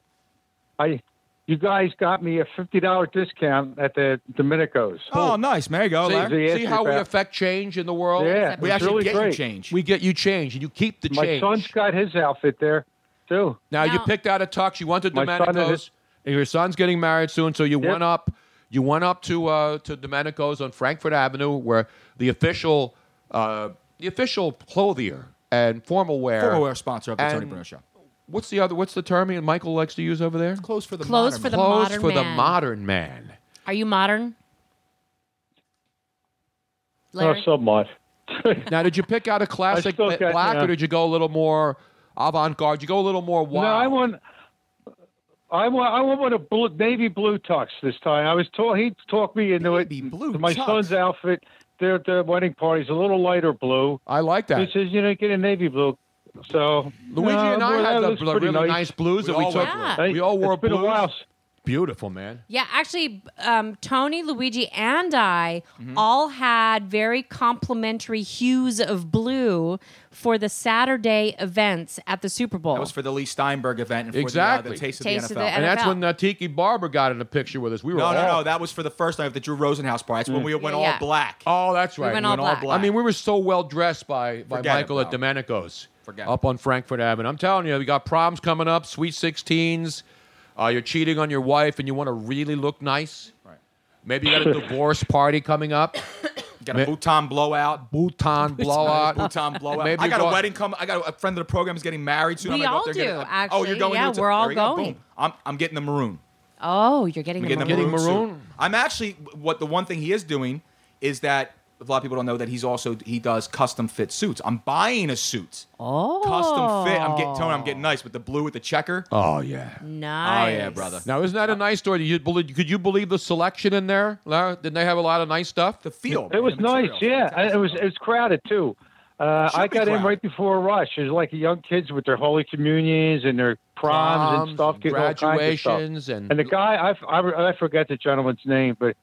Speaker 8: I, you guys got me a fifty dollar discount at the Dominicos.
Speaker 5: Oh, nice. There you go, Larry.
Speaker 3: See,
Speaker 8: Larry.
Speaker 3: see how we
Speaker 8: Yeah.
Speaker 3: affect change in the world?
Speaker 8: Yeah,
Speaker 5: We
Speaker 8: it's
Speaker 5: actually
Speaker 8: really
Speaker 5: get
Speaker 8: great.
Speaker 5: you change.
Speaker 3: We get you change, and you keep the
Speaker 8: My
Speaker 3: change.
Speaker 8: son's got his outfit there too.
Speaker 3: now, you
Speaker 6: Now-
Speaker 3: picked out a tux. You went to
Speaker 8: My son
Speaker 3: Domenico's.
Speaker 8: is-
Speaker 3: and your son's getting married soon, so you
Speaker 8: Yep.
Speaker 3: went up. You went up to uh, to Domenico's on Frankfurt Avenue, where the official uh, the official clothier and formal wear.
Speaker 5: Former wear sponsor of the Tony
Speaker 3: And-
Speaker 5: Bruno Show.
Speaker 3: What's the other? What's the term he- Michael likes to use over there?
Speaker 5: Close for the
Speaker 6: Clothes
Speaker 5: modern
Speaker 6: for the
Speaker 5: man.
Speaker 3: Clothes
Speaker 6: modern
Speaker 3: for the
Speaker 6: man.
Speaker 3: modern man.
Speaker 6: Are you modern?
Speaker 8: Not
Speaker 5: Oh,
Speaker 6: Larry?
Speaker 8: Oh, so [laughs] much.
Speaker 3: Now, did you pick out a classic
Speaker 8: still
Speaker 3: bit
Speaker 8: got-
Speaker 3: black, or
Speaker 8: yeah.
Speaker 3: did you go a little more avant-garde? You go a little more wild.
Speaker 8: No, I want. I want, I want a blue, navy blue tux this time. I was told he talked me into it.
Speaker 5: Navy blue
Speaker 8: My
Speaker 5: tux.
Speaker 8: son's outfit, their their wedding party's a little lighter blue.
Speaker 3: I like
Speaker 8: He
Speaker 3: that.
Speaker 8: says, you know, get a navy blue. So
Speaker 3: Luigi
Speaker 8: no,
Speaker 3: and I
Speaker 8: boy,
Speaker 3: had
Speaker 8: that
Speaker 3: the
Speaker 8: looks
Speaker 3: bl-
Speaker 8: pretty
Speaker 3: really nice, blues that we
Speaker 5: all
Speaker 3: took.
Speaker 6: wore
Speaker 8: Hey,
Speaker 3: We all wore
Speaker 8: it's been
Speaker 3: blues.
Speaker 8: a while.
Speaker 3: Beautiful, man.
Speaker 6: Yeah, actually, um, Tony, Luigi, and I
Speaker 5: Mm-hmm.
Speaker 6: all had very complimentary hues of blue for the Saturday events at the Super Bowl.
Speaker 5: That was for the Lee Steinberg event and for the, uh,
Speaker 3: Exactly.
Speaker 5: the Taste of
Speaker 6: Taste
Speaker 5: the
Speaker 6: of
Speaker 5: NFL.
Speaker 6: the
Speaker 3: And that's
Speaker 6: NFL.
Speaker 3: when uh, Tiki Barber got in the picture with us. We were
Speaker 5: no,
Speaker 3: all,
Speaker 5: no, no. That was for the first night of the Drew Rosenhaus party. That's when we went
Speaker 6: Yeah,
Speaker 5: all
Speaker 6: yeah.
Speaker 5: black.
Speaker 3: Mm. oh, that's right.
Speaker 6: went
Speaker 3: We
Speaker 6: all
Speaker 3: went
Speaker 6: black.
Speaker 3: I mean, we were so well dressed by, by
Speaker 5: Forget
Speaker 3: Michael
Speaker 5: about
Speaker 3: at
Speaker 5: it.
Speaker 3: Domenico's
Speaker 5: Forget
Speaker 3: up on Frankfurt Avenue. I'm telling you, we got proms coming up, sweet 16s. Uh, you're cheating on your wife and you want to really look nice. Right. Maybe you got a
Speaker 8: [laughs]
Speaker 3: divorce party coming up.
Speaker 5: Got a Bhutan
Speaker 3: [laughs]
Speaker 5: blowout.
Speaker 3: Bhutan blowout.
Speaker 5: Bhutan blowout.
Speaker 3: Maybe
Speaker 5: I got
Speaker 3: go-
Speaker 5: a wedding coming. I got a friend of the program is getting married soon. I'm
Speaker 6: We
Speaker 5: gonna go
Speaker 6: all
Speaker 5: up there and get
Speaker 6: do,
Speaker 5: a- oh, you're
Speaker 6: actually.
Speaker 5: going.
Speaker 6: Yeah,
Speaker 5: to-
Speaker 6: we're all
Speaker 5: there you go.
Speaker 6: going.
Speaker 5: Boom. I'm, I'm getting the maroon.
Speaker 6: oh, you're getting
Speaker 5: I'm
Speaker 6: the
Speaker 5: getting the maroon.
Speaker 6: maroon.
Speaker 3: Getting
Speaker 5: suit.
Speaker 3: maroon?
Speaker 5: I'm actually what the one thing he is doing is that a lot of people don't know that he's also he does custom fit suits. I'm buying a suit.
Speaker 6: Oh,
Speaker 5: Custom fit. I'm getting Tony. I'm getting nice with the blue with the checker.
Speaker 3: Oh, yeah.
Speaker 6: nice.
Speaker 5: Oh yeah, brother.
Speaker 3: Now, isn't that a nice story? Do You believe, could you believe the selection in there? Lara? Didn't they have a lot of nice stuff?
Speaker 5: The feel.
Speaker 8: It was
Speaker 5: the
Speaker 8: nice,
Speaker 5: material.
Speaker 8: yeah. And It was it was crowded too. Uh,
Speaker 5: Should
Speaker 8: I
Speaker 5: be
Speaker 8: got in
Speaker 5: crowded.
Speaker 8: right before a rush. There's like young kids with their holy communions and their proms,
Speaker 3: Proms
Speaker 8: and stuff,
Speaker 3: and
Speaker 8: getting all kinds of stuff.
Speaker 3: graduations and-
Speaker 8: the guy, I, f- I, re- I forget the gentleman's name, but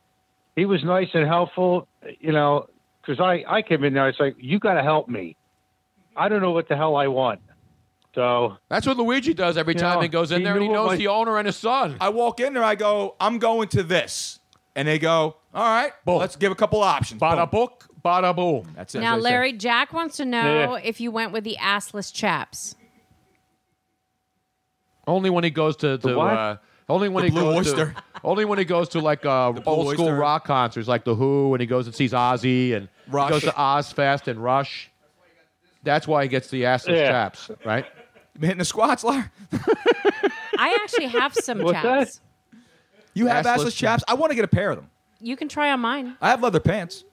Speaker 8: he was nice and helpful. You know, because I I came in there, I was like, you got to help me. I don't know what the hell I want. So
Speaker 3: That's what Luigi does every
Speaker 8: You
Speaker 3: time
Speaker 8: know,
Speaker 3: he goes in
Speaker 8: he
Speaker 3: there and he
Speaker 8: knew what
Speaker 3: knows
Speaker 8: my-
Speaker 3: the owner and his son.
Speaker 5: I walk in there. I go. I'm going to this, and they go. All right.
Speaker 3: Boom.
Speaker 5: Let's give a couple options.
Speaker 3: Bada
Speaker 5: Boom.
Speaker 3: book, bada boom.
Speaker 5: That's it.
Speaker 6: Now,
Speaker 5: That's it.
Speaker 6: Larry, Jack wants to know
Speaker 8: Yeah.
Speaker 6: if you went with the assless chaps.
Speaker 3: Only when he goes to, to
Speaker 8: what?
Speaker 3: uh, only when
Speaker 5: The
Speaker 3: he
Speaker 5: Blue
Speaker 3: goes
Speaker 5: Oyster.
Speaker 3: to [laughs] only when he goes to like uh,
Speaker 5: Blue
Speaker 3: old school
Speaker 5: Oyster.
Speaker 3: rock concerts like the Who and he goes and sees Ozzy and he
Speaker 5: Rush.
Speaker 3: goes to Ozfest and Rush. That's why he gets the assless
Speaker 8: Yeah.
Speaker 3: chaps, right?
Speaker 5: Been hitting the squats, Larry.
Speaker 6: I actually
Speaker 5: [laughs]
Speaker 6: have some
Speaker 8: What's
Speaker 6: chaps.
Speaker 5: You have
Speaker 3: Assless
Speaker 5: assless, chaps. I want to get a pair of them.
Speaker 6: You can try on mine.
Speaker 5: I have leather pants.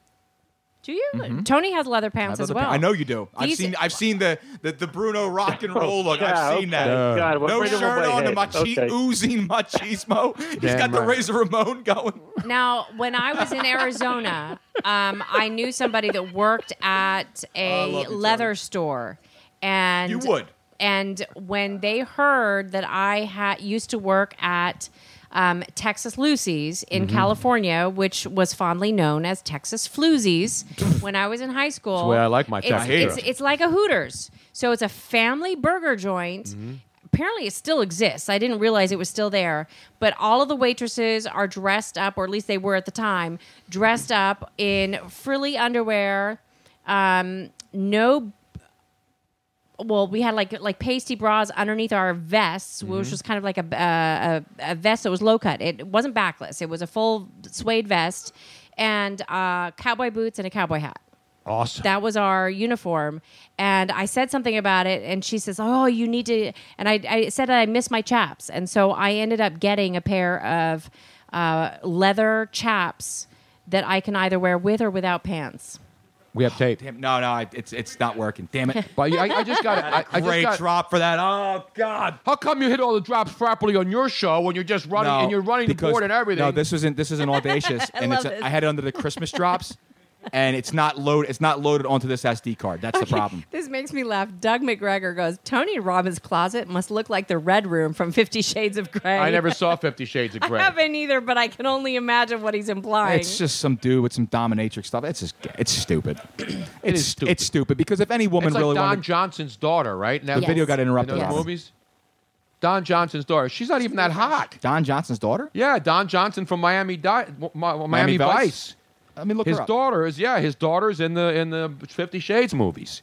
Speaker 6: Do you? Tony has leather
Speaker 5: I, Mm-hmm. have
Speaker 6: pants as
Speaker 5: leather
Speaker 6: well.
Speaker 5: pants. I know you do. I've
Speaker 6: These-
Speaker 5: seen. I've seen the the, the Bruno rock and roll look. I've
Speaker 8: Yeah,
Speaker 5: seen
Speaker 8: okay.
Speaker 5: that.
Speaker 8: God, what
Speaker 5: No
Speaker 8: freedom of
Speaker 5: shirt
Speaker 8: my
Speaker 5: on and
Speaker 8: head.
Speaker 5: machi-
Speaker 8: Okay.
Speaker 5: oozing
Speaker 3: [laughs]
Speaker 5: machismo. He's
Speaker 3: Damn
Speaker 5: got the
Speaker 3: right.
Speaker 5: Razor Ramon going.
Speaker 6: Now, when I was in Arizona, um, I knew somebody that worked at
Speaker 5: Oh, I
Speaker 6: a
Speaker 5: love you, Tony.
Speaker 6: leather store, and
Speaker 5: You would.
Speaker 6: And when they heard that I had used to work at um, Texas Lucy's in
Speaker 5: Mm-hmm.
Speaker 6: California, which was fondly known as Texas
Speaker 5: [laughs]
Speaker 6: Floozies, when I was in high school,
Speaker 3: the way I like my
Speaker 6: it's,
Speaker 3: Texas
Speaker 6: it's,
Speaker 3: food.
Speaker 6: it's like a Hooters, so it's a family burger joint.
Speaker 3: Mm-hmm.
Speaker 6: Apparently, it still exists. I didn't realize it was still there. But all of the waitresses are dressed up, or at least they were at the time, dressed up in frilly underwear. Um, no well, we had like like pasty bras underneath our vests,
Speaker 3: Mm-hmm.
Speaker 6: which was kind of like a, uh, a a vest that was low cut. It wasn't backless; it was a full suede vest, and uh, cowboy boots and a cowboy hat.
Speaker 3: Awesome.
Speaker 6: That was our uniform, and I said something about it, and she says, "Oh, you need to." And I, I said I miss my chaps, and so I ended up getting a pair of uh, leather chaps that I can either wear with or without pants.
Speaker 3: we have tape.
Speaker 5: Damn, no, no, I, it's it's not working. Damn
Speaker 6: [laughs]
Speaker 5: it.
Speaker 3: But I, I just got
Speaker 5: [laughs]
Speaker 3: it. I, I
Speaker 5: Great
Speaker 3: just got,
Speaker 5: drop for that. Oh God.
Speaker 3: How come you hit all the drops properly on your show when you're just running and you're running the
Speaker 5: because-
Speaker 3: board and everything?
Speaker 5: No, this
Speaker 3: [laughs]
Speaker 5: isn't. This isn't audacious, and it's.
Speaker 4: love this.
Speaker 5: I had it under the Christmas drops, and it's not load. It's not loaded onto this SD card. That's the problem.
Speaker 6: This makes me laugh. Doug McGregor goes, Tony Robbins' closet must look like the Red Room from Fifty Shades of Grey.
Speaker 3: I
Speaker 6: [laughs]
Speaker 3: never saw Fifty Shades of
Speaker 6: I
Speaker 3: Grey.
Speaker 6: haven't either, but I can only imagine what he's implying.
Speaker 5: It's just some dude with some dominatrix stuff. It's just. It's stupid.
Speaker 3: [clears throat]
Speaker 5: it's
Speaker 3: is stupid.
Speaker 5: It's stupid because if any woman
Speaker 3: It's like
Speaker 5: really
Speaker 3: Don
Speaker 5: wanted,
Speaker 3: Johnson's daughter, right? Now
Speaker 6: The video got
Speaker 5: interrupted,
Speaker 3: In those
Speaker 6: Robin.
Speaker 3: movies, Don Johnson's daughter. She's not even that hot.
Speaker 5: Don Johnson's daughter.
Speaker 3: Yeah, Don Johnson from Miami, Di- Miami, Miami Vice.
Speaker 5: Vice? I mean, look
Speaker 3: His
Speaker 5: her up.
Speaker 3: daughter is yeah, his daughter's in the in the Fifty Shades movies.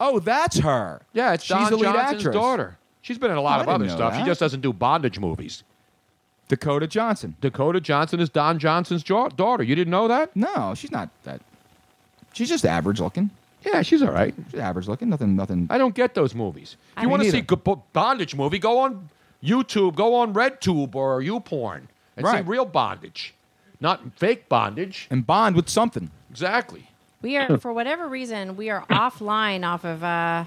Speaker 5: Oh, that's her.
Speaker 3: Yeah, it's
Speaker 5: she's
Speaker 3: Don
Speaker 5: the lead
Speaker 3: Johnson's
Speaker 5: actress. Oh,
Speaker 3: daughter. She's been in a
Speaker 5: I
Speaker 3: lot of
Speaker 5: didn't
Speaker 3: other
Speaker 5: know
Speaker 3: stuff. She
Speaker 5: that.
Speaker 3: just doesn't do bondage movies.
Speaker 5: Dakota Johnson.
Speaker 3: Dakota Johnson is Don Johnson's jo- daughter. You didn't know that?
Speaker 5: No, she's not that. She's just average looking.
Speaker 3: Yeah, she's all right.
Speaker 5: She's average looking. Nothing. Nothing.
Speaker 3: I don't get those movies. If you
Speaker 5: Me
Speaker 3: want to see
Speaker 5: neither.
Speaker 3: good bo- bondage movie, go on YouTube, go on RedTube or YouPorn and see
Speaker 5: Right.
Speaker 3: real bondage, not fake bondage.
Speaker 5: and bond with something.
Speaker 3: Exactly.
Speaker 6: we are, for whatever reason, we
Speaker 3: [laughs]
Speaker 6: are offline off of uh,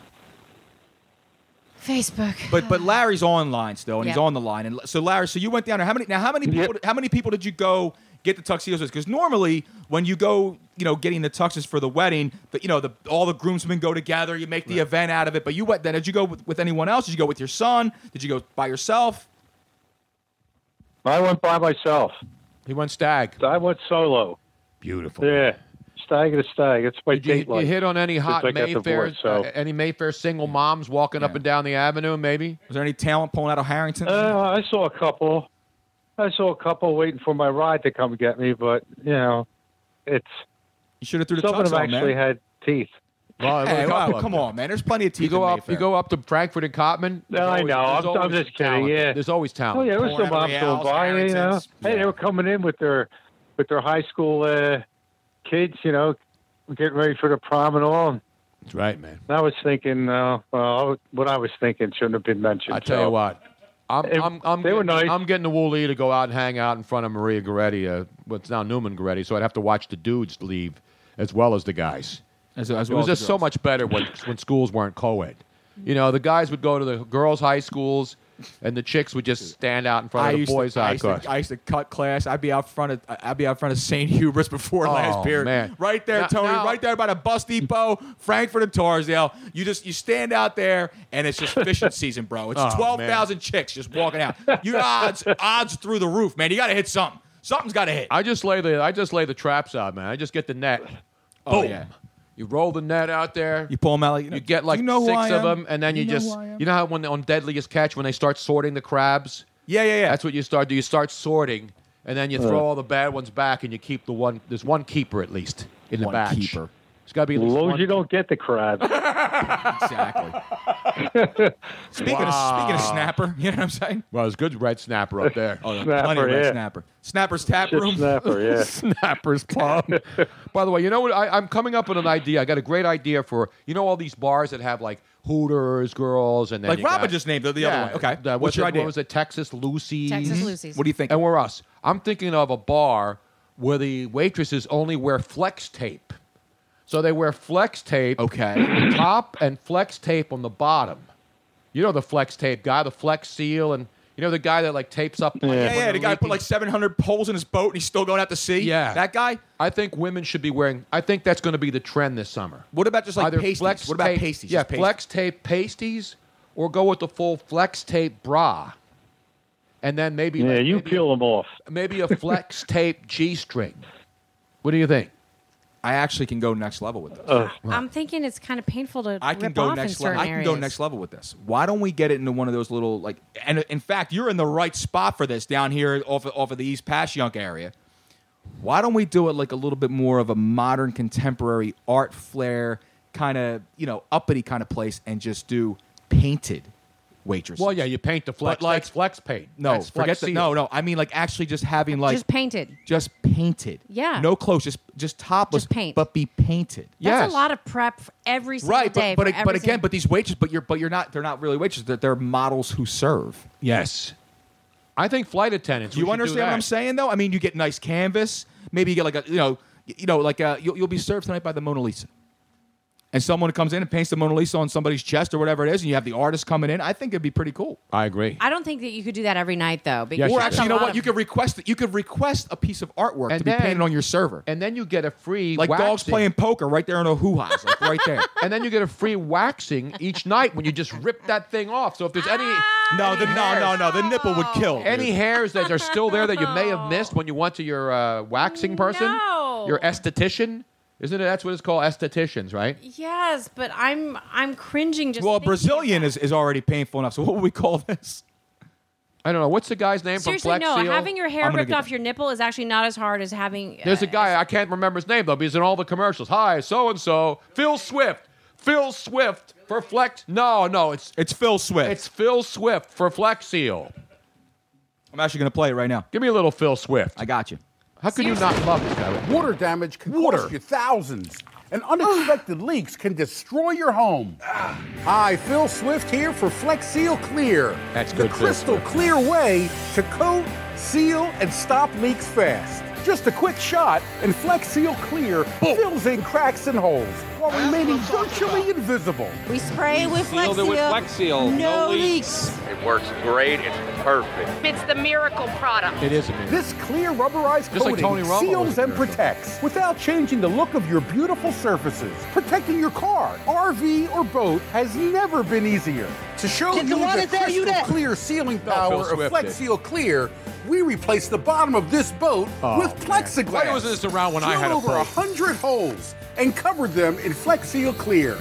Speaker 6: Facebook.
Speaker 5: But but Larry's online still, and he's
Speaker 6: Yeah.
Speaker 5: on the line. And so Larry, so you went down there. How many now? How many people? How many people did you go get the tuxedos with? Because normally when you go, you know, getting the tuxes for the wedding, the, you know, the all the groomsmen go together. You make the event out of it. But you went then. Did you go with, with anyone else? Did you go with your son? Did you go by yourself?
Speaker 8: I went by myself.
Speaker 3: He went stag.
Speaker 8: I went solo.
Speaker 3: Beautiful.
Speaker 8: Yeah, stag to stag. It's my
Speaker 3: Did you,
Speaker 8: date
Speaker 3: you hit on any hot
Speaker 8: I got
Speaker 3: Mayfair,
Speaker 8: divorced, so-
Speaker 3: uh, any Mayfair
Speaker 8: Mm.
Speaker 3: single moms walking up and down the avenue? Maybe.
Speaker 5: Was there any talent pulling out of Harrington?
Speaker 8: Uh, I saw a couple. I saw a couple waiting for my ride to come get me, but you know, it's
Speaker 5: you should have threw the
Speaker 8: some of
Speaker 5: tux
Speaker 8: them
Speaker 5: on,
Speaker 8: actually
Speaker 5: man.
Speaker 8: had teeth.
Speaker 3: Well, there were a
Speaker 5: Hey,
Speaker 3: couple
Speaker 5: wow,
Speaker 3: of
Speaker 5: come
Speaker 3: them.
Speaker 5: on, man. There's plenty of teeth.
Speaker 3: You go
Speaker 5: in
Speaker 3: up. You
Speaker 5: Mayfair.
Speaker 3: go up to Frankfurt and Cotman.
Speaker 8: No,
Speaker 3: there's
Speaker 8: I know.
Speaker 3: there's
Speaker 8: I'm- I'm
Speaker 3: always
Speaker 8: just kidding,
Speaker 3: talent.
Speaker 8: yeah.
Speaker 3: There's always talent.
Speaker 8: Oh yeah, there was
Speaker 5: Corn
Speaker 8: some moms
Speaker 5: Royales,
Speaker 8: going by. You know,
Speaker 5: Harringtons.
Speaker 8: hey,
Speaker 5: Yeah.
Speaker 8: they were coming in with their with their high school uh, kids. You know, getting ready for the prom and all. And
Speaker 3: That's right, man.
Speaker 8: I was thinking, uh, well, what I was thinking shouldn't have been mentioned.
Speaker 3: I tell
Speaker 8: so.
Speaker 3: you what. I'm,
Speaker 8: It-
Speaker 3: I'm, I'm
Speaker 8: they were
Speaker 3: getting,
Speaker 8: nice.
Speaker 3: I'm getting the Wooly to go out and hang out in front of Maria Goretti, uh, what's now Newman Goretti, so I'd have to watch the dudes leave as well as the guys.
Speaker 5: As, as
Speaker 3: It
Speaker 5: well
Speaker 3: was
Speaker 5: as the
Speaker 3: just so
Speaker 5: girls.
Speaker 3: much better when, when schools weren't co ed. You know, the guys would go to the girls' high schools, and the chicks would just stand out in front
Speaker 5: I
Speaker 3: of the
Speaker 5: used,
Speaker 3: boys'
Speaker 5: to, I,
Speaker 3: high
Speaker 5: used to,
Speaker 3: schools.
Speaker 5: I used to cut class. I'd be out front of I'd be out front of St. Hubert's before
Speaker 3: Oh,
Speaker 5: last period.
Speaker 3: man.
Speaker 5: Right there,
Speaker 3: Now-
Speaker 5: Tony.
Speaker 3: now-
Speaker 5: right there by the bus depot, Frankfurt and Tarsdale. You just you stand out there and it's just [laughs] fishing season, bro. It's
Speaker 3: Oh, man.
Speaker 5: twelve thousand chicks just walking out. [laughs] You odds odds through the roof, man. You gotta hit something. Something's gotta hit.
Speaker 3: I just lay the I just lay the traps out, man. I just get the net.
Speaker 5: Oh,
Speaker 3: Boom.
Speaker 5: yeah.
Speaker 3: You roll the net out there.
Speaker 5: you pull them out like
Speaker 3: You get like
Speaker 5: you know who
Speaker 3: six
Speaker 5: I
Speaker 3: of
Speaker 5: am?
Speaker 3: them, and then you,
Speaker 5: know
Speaker 3: just
Speaker 5: who I am?
Speaker 3: you know how when on Deadliest Catch when they start sorting the crabs.
Speaker 5: Yeah, yeah, yeah.
Speaker 3: That's what you start do. You start sorting, and then you
Speaker 5: Uh.
Speaker 3: throw all the bad ones back, and you keep the one. There's one keeper at least in the
Speaker 5: One
Speaker 3: batch.
Speaker 5: keeper.
Speaker 3: [laughs] It's got to be at
Speaker 8: As
Speaker 3: least
Speaker 8: long
Speaker 3: one.
Speaker 8: as you don't get the crab.
Speaker 5: exactly. Speaking
Speaker 3: Wow.
Speaker 5: of speaking of snapper, you know what I'm saying?
Speaker 3: Well, it's good red snapper up there.
Speaker 5: [laughs] Oh,
Speaker 8: Snapper,
Speaker 5: plenty of red
Speaker 8: yeah.
Speaker 5: snapper. Snapper's tap
Speaker 8: Shit
Speaker 5: room. [laughs]
Speaker 8: snapper, yeah.
Speaker 3: Snappers Club. By the way, you know what? I, I'm coming up with an idea. I got a great idea for you know all these bars that have like Hooters, girls, and then
Speaker 5: Like
Speaker 3: you got-
Speaker 5: Robin just named the, the other
Speaker 3: Yeah,
Speaker 5: one. Okay,
Speaker 3: the-
Speaker 5: what's,
Speaker 3: what's
Speaker 5: your
Speaker 3: it-
Speaker 5: idea?
Speaker 3: What was it? Texas Lucy.
Speaker 6: Texas Lucy's.
Speaker 5: What do you think?
Speaker 3: And we're us. I'm thinking of a bar where the waitresses only wear flex tape. So they wear flex tape.
Speaker 5: Okay.
Speaker 3: on the top and flex tape on the bottom. You know the flex tape guy, the flex seal, and you know the guy that like tapes up. Yeah,
Speaker 5: Yeah, yeah, the guy put like 700 poles in his boat and he's still going out to sea.
Speaker 3: Yeah.
Speaker 5: That guy?
Speaker 3: I think women should be wearing. I think that's going to be the trend this summer.
Speaker 5: What about just like
Speaker 3: Either
Speaker 5: pasties?
Speaker 3: flex
Speaker 5: what about
Speaker 3: tape-
Speaker 5: pasties?
Speaker 3: Yeah,
Speaker 5: Just pasties.
Speaker 3: flex tape pasties, or go with the full flex tape bra, and then maybe
Speaker 8: Yeah,
Speaker 3: like,
Speaker 8: you
Speaker 3: maybe,
Speaker 8: peel them off.
Speaker 3: maybe a
Speaker 5: [laughs]
Speaker 3: flex tape g string. What do you think?
Speaker 5: I actually can go next level with this.
Speaker 6: I'm thinking it's kind of painful to
Speaker 5: I can
Speaker 6: rip
Speaker 5: go
Speaker 6: off in
Speaker 5: next
Speaker 6: certain
Speaker 5: level. I can go
Speaker 6: areas.
Speaker 5: next level with this. Why don't we get it into one of those little like? And in fact, you're in the right spot for this down here off of, off of the East Passyunk area. Why don't we do it like a little bit more of a modern, contemporary art flair kind of you know uppity kind of place, and just do painted waitresses?
Speaker 3: Well, yeah, you paint the flex.
Speaker 5: But, like-
Speaker 3: that's flex paint.
Speaker 5: No,
Speaker 3: That's
Speaker 5: forget
Speaker 3: flex
Speaker 5: that.
Speaker 3: seal.
Speaker 5: No, no. I mean like actually just having like
Speaker 6: Just painted.
Speaker 5: just painted.
Speaker 6: Yeah.
Speaker 5: No clothes, just just topless,
Speaker 6: Just paint.
Speaker 5: but be painted.
Speaker 6: That's
Speaker 3: Yes.
Speaker 6: a lot of prep for every single
Speaker 5: right,
Speaker 6: day.
Speaker 5: but but,
Speaker 6: for
Speaker 5: but
Speaker 6: every
Speaker 5: again,
Speaker 6: single-
Speaker 5: but these waitresses, but you're but you're not. They're not really waitresses. They're, they're models who serve.
Speaker 3: Yes. I think flight attendants.
Speaker 5: Do
Speaker 3: we
Speaker 5: you
Speaker 3: should
Speaker 5: understand
Speaker 3: that.
Speaker 5: what I'm saying? Though I mean, you get nice canvas. Maybe you get like a you know y- you know like a, you'll, you'll be served tonight by the Mona Lisa. And someone comes in and paints the Mona Lisa on somebody's chest or whatever it is, and you have the artist coming in. I think it'd be pretty cool.
Speaker 3: I agree.
Speaker 6: I don't think that you could do that every night though.
Speaker 3: Yes,
Speaker 6: Because
Speaker 5: Or
Speaker 3: you
Speaker 5: actually,
Speaker 3: could.
Speaker 5: you know what? You could request it. You could request a piece of artwork
Speaker 3: And
Speaker 5: to be
Speaker 3: then-
Speaker 5: painted on your server,
Speaker 3: and then you get a free
Speaker 5: like dogs
Speaker 3: waxing.
Speaker 5: playing poker right there in Oahuas, like right there.
Speaker 3: [laughs] and then you get a free waxing each night when you just rip that thing off. So if there's any
Speaker 5: No, the, no, no, no. The nipple would kill.
Speaker 3: any hairs that are still there that you may have missed when you went to your uh, waxing person,
Speaker 6: No.
Speaker 3: your esthetician, isn't it? That's what it's called, estheticians, right?
Speaker 6: Yes, but I'm I'm cringing just.
Speaker 5: Well, a
Speaker 6: thinking of
Speaker 5: Brazilian
Speaker 6: that.
Speaker 5: is, is already painful enough. So what would we call this?
Speaker 3: I don't know what's the guy's name
Speaker 6: Seriously,
Speaker 3: from Flex
Speaker 6: no.
Speaker 3: Seal?
Speaker 6: Having your
Speaker 5: I'm
Speaker 6: hair
Speaker 5: gonna
Speaker 6: ripped
Speaker 5: get-
Speaker 6: off your nipple is actually not as hard as having.
Speaker 3: There's a
Speaker 6: uh,
Speaker 3: guy I can't remember his name though. But he's in all the commercials. Hi, so and so, Phil Swift, Phil Swift for Flex. No, no, it's
Speaker 5: It's Phil Swift.
Speaker 3: it's Phil Swift for Flex Seal.
Speaker 5: I'm actually going to play it right now.
Speaker 3: Give me a little Phil Swift.
Speaker 5: I got you.
Speaker 3: How could you not love this guy?
Speaker 9: Water damage can
Speaker 3: Water.
Speaker 9: cost you thousands, and unexpected leaks can destroy your home. Hi, Phil Swift here for Flex Seal Clear.
Speaker 3: That's
Speaker 9: the
Speaker 3: good, Phil
Speaker 9: crystal
Speaker 3: Swift.
Speaker 9: clear way to coat, seal, and stop leaks fast. Just a quick shot, and Flex Seal Clear fills in cracks and holes while remaining virtually invisible.
Speaker 10: We spray with Flex
Speaker 11: Sealed it with
Speaker 10: Seal.
Speaker 11: Flex Seal.
Speaker 10: No
Speaker 11: No
Speaker 10: leaks.
Speaker 11: It works great. It's perfect.
Speaker 4: It's the miracle product.
Speaker 3: It is amazing.
Speaker 9: This clear rubberized
Speaker 3: Just like
Speaker 9: coating
Speaker 3: Tony Romo was
Speaker 9: seals
Speaker 3: a
Speaker 9: and
Speaker 3: commercial.
Speaker 9: protects without changing the look of your beautiful surfaces. Protecting your car, RV, or boat has never been easier. To show
Speaker 10: Did
Speaker 9: you
Speaker 10: you wanna
Speaker 9: the
Speaker 10: tell
Speaker 9: crystal
Speaker 10: you that?
Speaker 9: clear sealing
Speaker 3: Phil
Speaker 9: power
Speaker 3: Swift eh?
Speaker 9: of Flex
Speaker 3: did.
Speaker 9: Seal Clear, we replaced the bottom of this boat with plexiglass.
Speaker 3: Oh, Why wasn't this around when I
Speaker 9: Drilled
Speaker 3: had a
Speaker 9: over
Speaker 3: boat?
Speaker 9: hundred holes and covered them in Flex Seal Clear.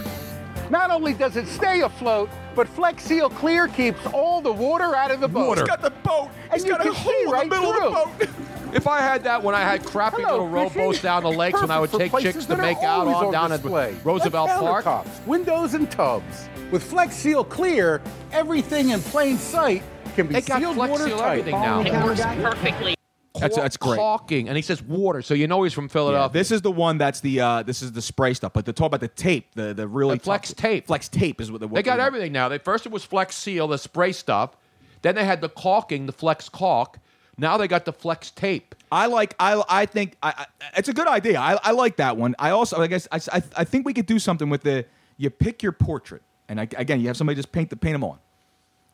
Speaker 9: Not only does it stay afloat, but Flex Seal Clear keeps all the water out of the boat.
Speaker 5: He's got the boat.
Speaker 9: And
Speaker 5: He's
Speaker 9: you
Speaker 5: got a
Speaker 9: can
Speaker 5: hole
Speaker 9: see
Speaker 5: in
Speaker 9: right
Speaker 5: the middle of the
Speaker 9: through.
Speaker 5: boat.
Speaker 3: If I had that when I had crappy
Speaker 9: Hello,
Speaker 3: little
Speaker 9: fishing.
Speaker 3: rowboats down the lakes when I would
Speaker 9: Perfect
Speaker 3: take
Speaker 9: for
Speaker 3: chicks
Speaker 9: places
Speaker 3: to
Speaker 9: that are
Speaker 3: make out
Speaker 9: always
Speaker 3: on
Speaker 9: on
Speaker 3: down at
Speaker 9: display,
Speaker 3: Roosevelt
Speaker 9: like
Speaker 3: Park.
Speaker 9: countertops, windows and tubs. With Flex Seal Clear, everything in plain sight can be
Speaker 3: They got
Speaker 9: sealed
Speaker 3: Flex Seal
Speaker 9: watertight.
Speaker 3: everything now.
Speaker 4: Perfectly.
Speaker 5: That's, that's great.
Speaker 3: Caulking, and he says water, so you know he's from
Speaker 5: Yeah,
Speaker 3: Philadelphia.
Speaker 5: this is the one that's the uh, this is the spray stuff, but the talk about the tape, the the really
Speaker 3: The flex
Speaker 5: tough-
Speaker 3: tape.
Speaker 5: flex tape is what the
Speaker 3: they got everything now. They first it was Flex Seal, the spray stuff. Then they had the caulking, the Flex caulk. Now they got the Flex tape.
Speaker 5: I like. I I think I, I, it's a good idea. I, I like that one. I also I guess I, I, I think we could do something with the you pick your portrait, and I, again you have somebody just paint the paint them on.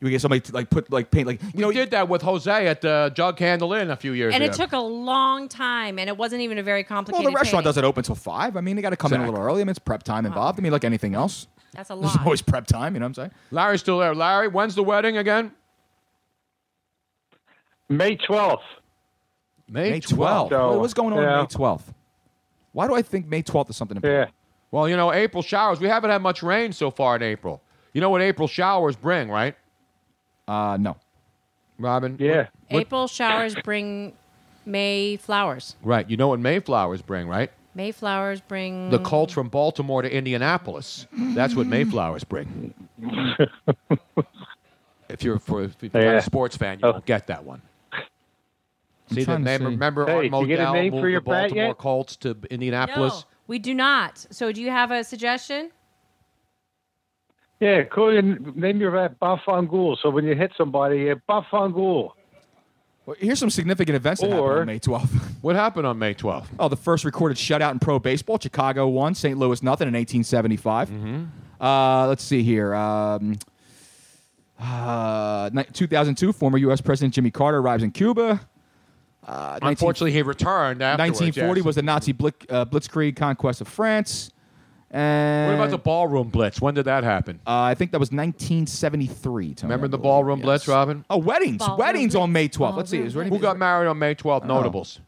Speaker 5: You get somebody to like put like paint like you
Speaker 3: You
Speaker 5: know
Speaker 3: we did that with Jose at uh, Jug Handle Inn a few years
Speaker 6: And
Speaker 3: ago.
Speaker 6: it took a long time, and it wasn't even a very
Speaker 5: Well,
Speaker 6: complicated.
Speaker 5: the restaurant
Speaker 6: painting.
Speaker 5: doesn't open till five. I mean, they got to come in a little
Speaker 3: Exactly.
Speaker 5: early. I mean, it's prep time involved. I mean, like anything else,
Speaker 6: That's
Speaker 5: [laughs]
Speaker 6: a
Speaker 5: there's
Speaker 6: lot.
Speaker 5: always prep time. You know what I'm saying?
Speaker 3: Larry's still there. Larry, when's the wedding again?
Speaker 8: May 12th.
Speaker 5: May 12th.
Speaker 8: So,
Speaker 5: What- What's going on
Speaker 8: yeah.
Speaker 5: May 12th? Why do I think May 12th is something
Speaker 8: Yeah.
Speaker 5: important?
Speaker 3: Well, you know, April showers. We haven't had much rain so far in April. You know what April showers bring, right,
Speaker 5: Uh, no.
Speaker 3: Robin?
Speaker 8: Yeah.
Speaker 6: April showers bring May flowers.
Speaker 3: Right. You know what Mayflowers bring, right?
Speaker 6: May flowers bring
Speaker 8: Mm. [laughs]
Speaker 3: The cults from Baltimore to Indianapolis. That's what Mayflowers bring. if you're for if you're not
Speaker 8: Yeah. Oh.
Speaker 3: a sports fan, you won't get that one. See the
Speaker 8: trying to
Speaker 3: name.
Speaker 8: see.
Speaker 3: Remember,
Speaker 8: Hey,
Speaker 3: Art
Speaker 8: did you get a
Speaker 3: Modell
Speaker 8: name for
Speaker 3: moved
Speaker 8: your
Speaker 3: the
Speaker 8: bat
Speaker 3: Baltimore
Speaker 8: yet?
Speaker 3: Colts to Indianapolis.
Speaker 6: No, we do not. So, do you have a suggestion?
Speaker 8: Yeah, call your name your rat Bafangul. So when you hit somebody, yeah, Bafangul.
Speaker 5: Well, here's some significant events that happened
Speaker 8: Or-
Speaker 5: on May [laughs] 12th.
Speaker 3: What happened on May 12th?
Speaker 5: Oh, the first recorded shutout in pro baseball. Chicago won, St. Louis nothing in 1875.
Speaker 8: Mm-hmm.
Speaker 5: Uh, let's see here. Um, uh, ni- 2002, former U.S. President Jimmy Carter arrives in Cuba. Uh, 19
Speaker 3: Unfortunately, he returned afterwards.
Speaker 5: 1940
Speaker 3: yes.
Speaker 5: was the Nazi Blitz, uh, Blitzkrieg conquest of France. And
Speaker 3: What about the ballroom blitz? When did that happen?
Speaker 5: Uh, I think that was 1973. Tony,
Speaker 3: Remember
Speaker 5: I
Speaker 3: the
Speaker 5: believe.
Speaker 3: ballroom
Speaker 5: Yes.
Speaker 3: blitz, Robin?
Speaker 5: Oh, weddings.
Speaker 6: Ballroom
Speaker 5: weddings on May 12th. Let's see.
Speaker 6: Ballroom
Speaker 5: Is there any,
Speaker 3: Who got married on May 12th? Notables,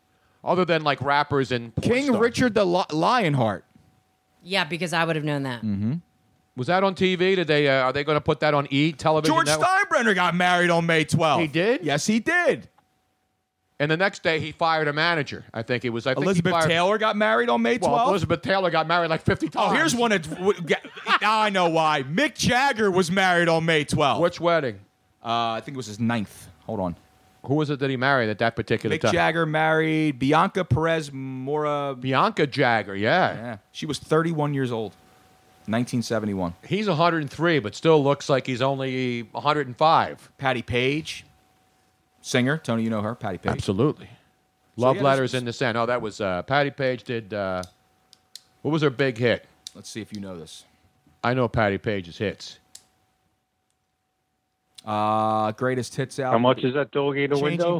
Speaker 3: other than like rappers and porn
Speaker 5: Oh. King
Speaker 3: stars.
Speaker 5: Richard the Li- Lionheart.
Speaker 6: Yeah, because I would have known that.
Speaker 5: Mm-hmm.
Speaker 3: Was that on TV? Did they? Uh, are they going to put that on E television?
Speaker 5: George
Speaker 3: network?
Speaker 5: Steinbrenner got married on May 12th.
Speaker 3: He did?
Speaker 5: Yes, he did.
Speaker 3: And the next day, he fired a manager. I think it was. I think he
Speaker 5: Elizabeth
Speaker 3: fired-
Speaker 5: Taylor got married on May 12th.
Speaker 3: Well, Elizabeth Taylor got married like 50 times.
Speaker 5: oh, here's one that w- ga- now I know why. Mick Jagger was married on May 12th.
Speaker 3: Which wedding?
Speaker 5: Uh, I think it was his ninth. Hold on.
Speaker 3: Who was it that he married at that particular
Speaker 5: Mick
Speaker 3: time?
Speaker 5: Jagger married Bianca Perez Mora.
Speaker 3: Bianca Jagger, yeah.
Speaker 5: Yeah, she was 31 years old, 1971.
Speaker 3: He's 103, but still looks like he's only 105.
Speaker 5: Patty Page, singer. Tony, you know her. Patty Page.
Speaker 3: Absolutely. Love
Speaker 5: yeah, this
Speaker 3: Letters
Speaker 5: was-
Speaker 3: in the Sand. Oh, that was uh, Patty Page did. Uh, what was her big hit?
Speaker 5: Let's see if you know this.
Speaker 3: I know Patty Page's hits.
Speaker 5: Uh, greatest hits out.
Speaker 8: How much is that dog in the
Speaker 5: Changing
Speaker 8: window?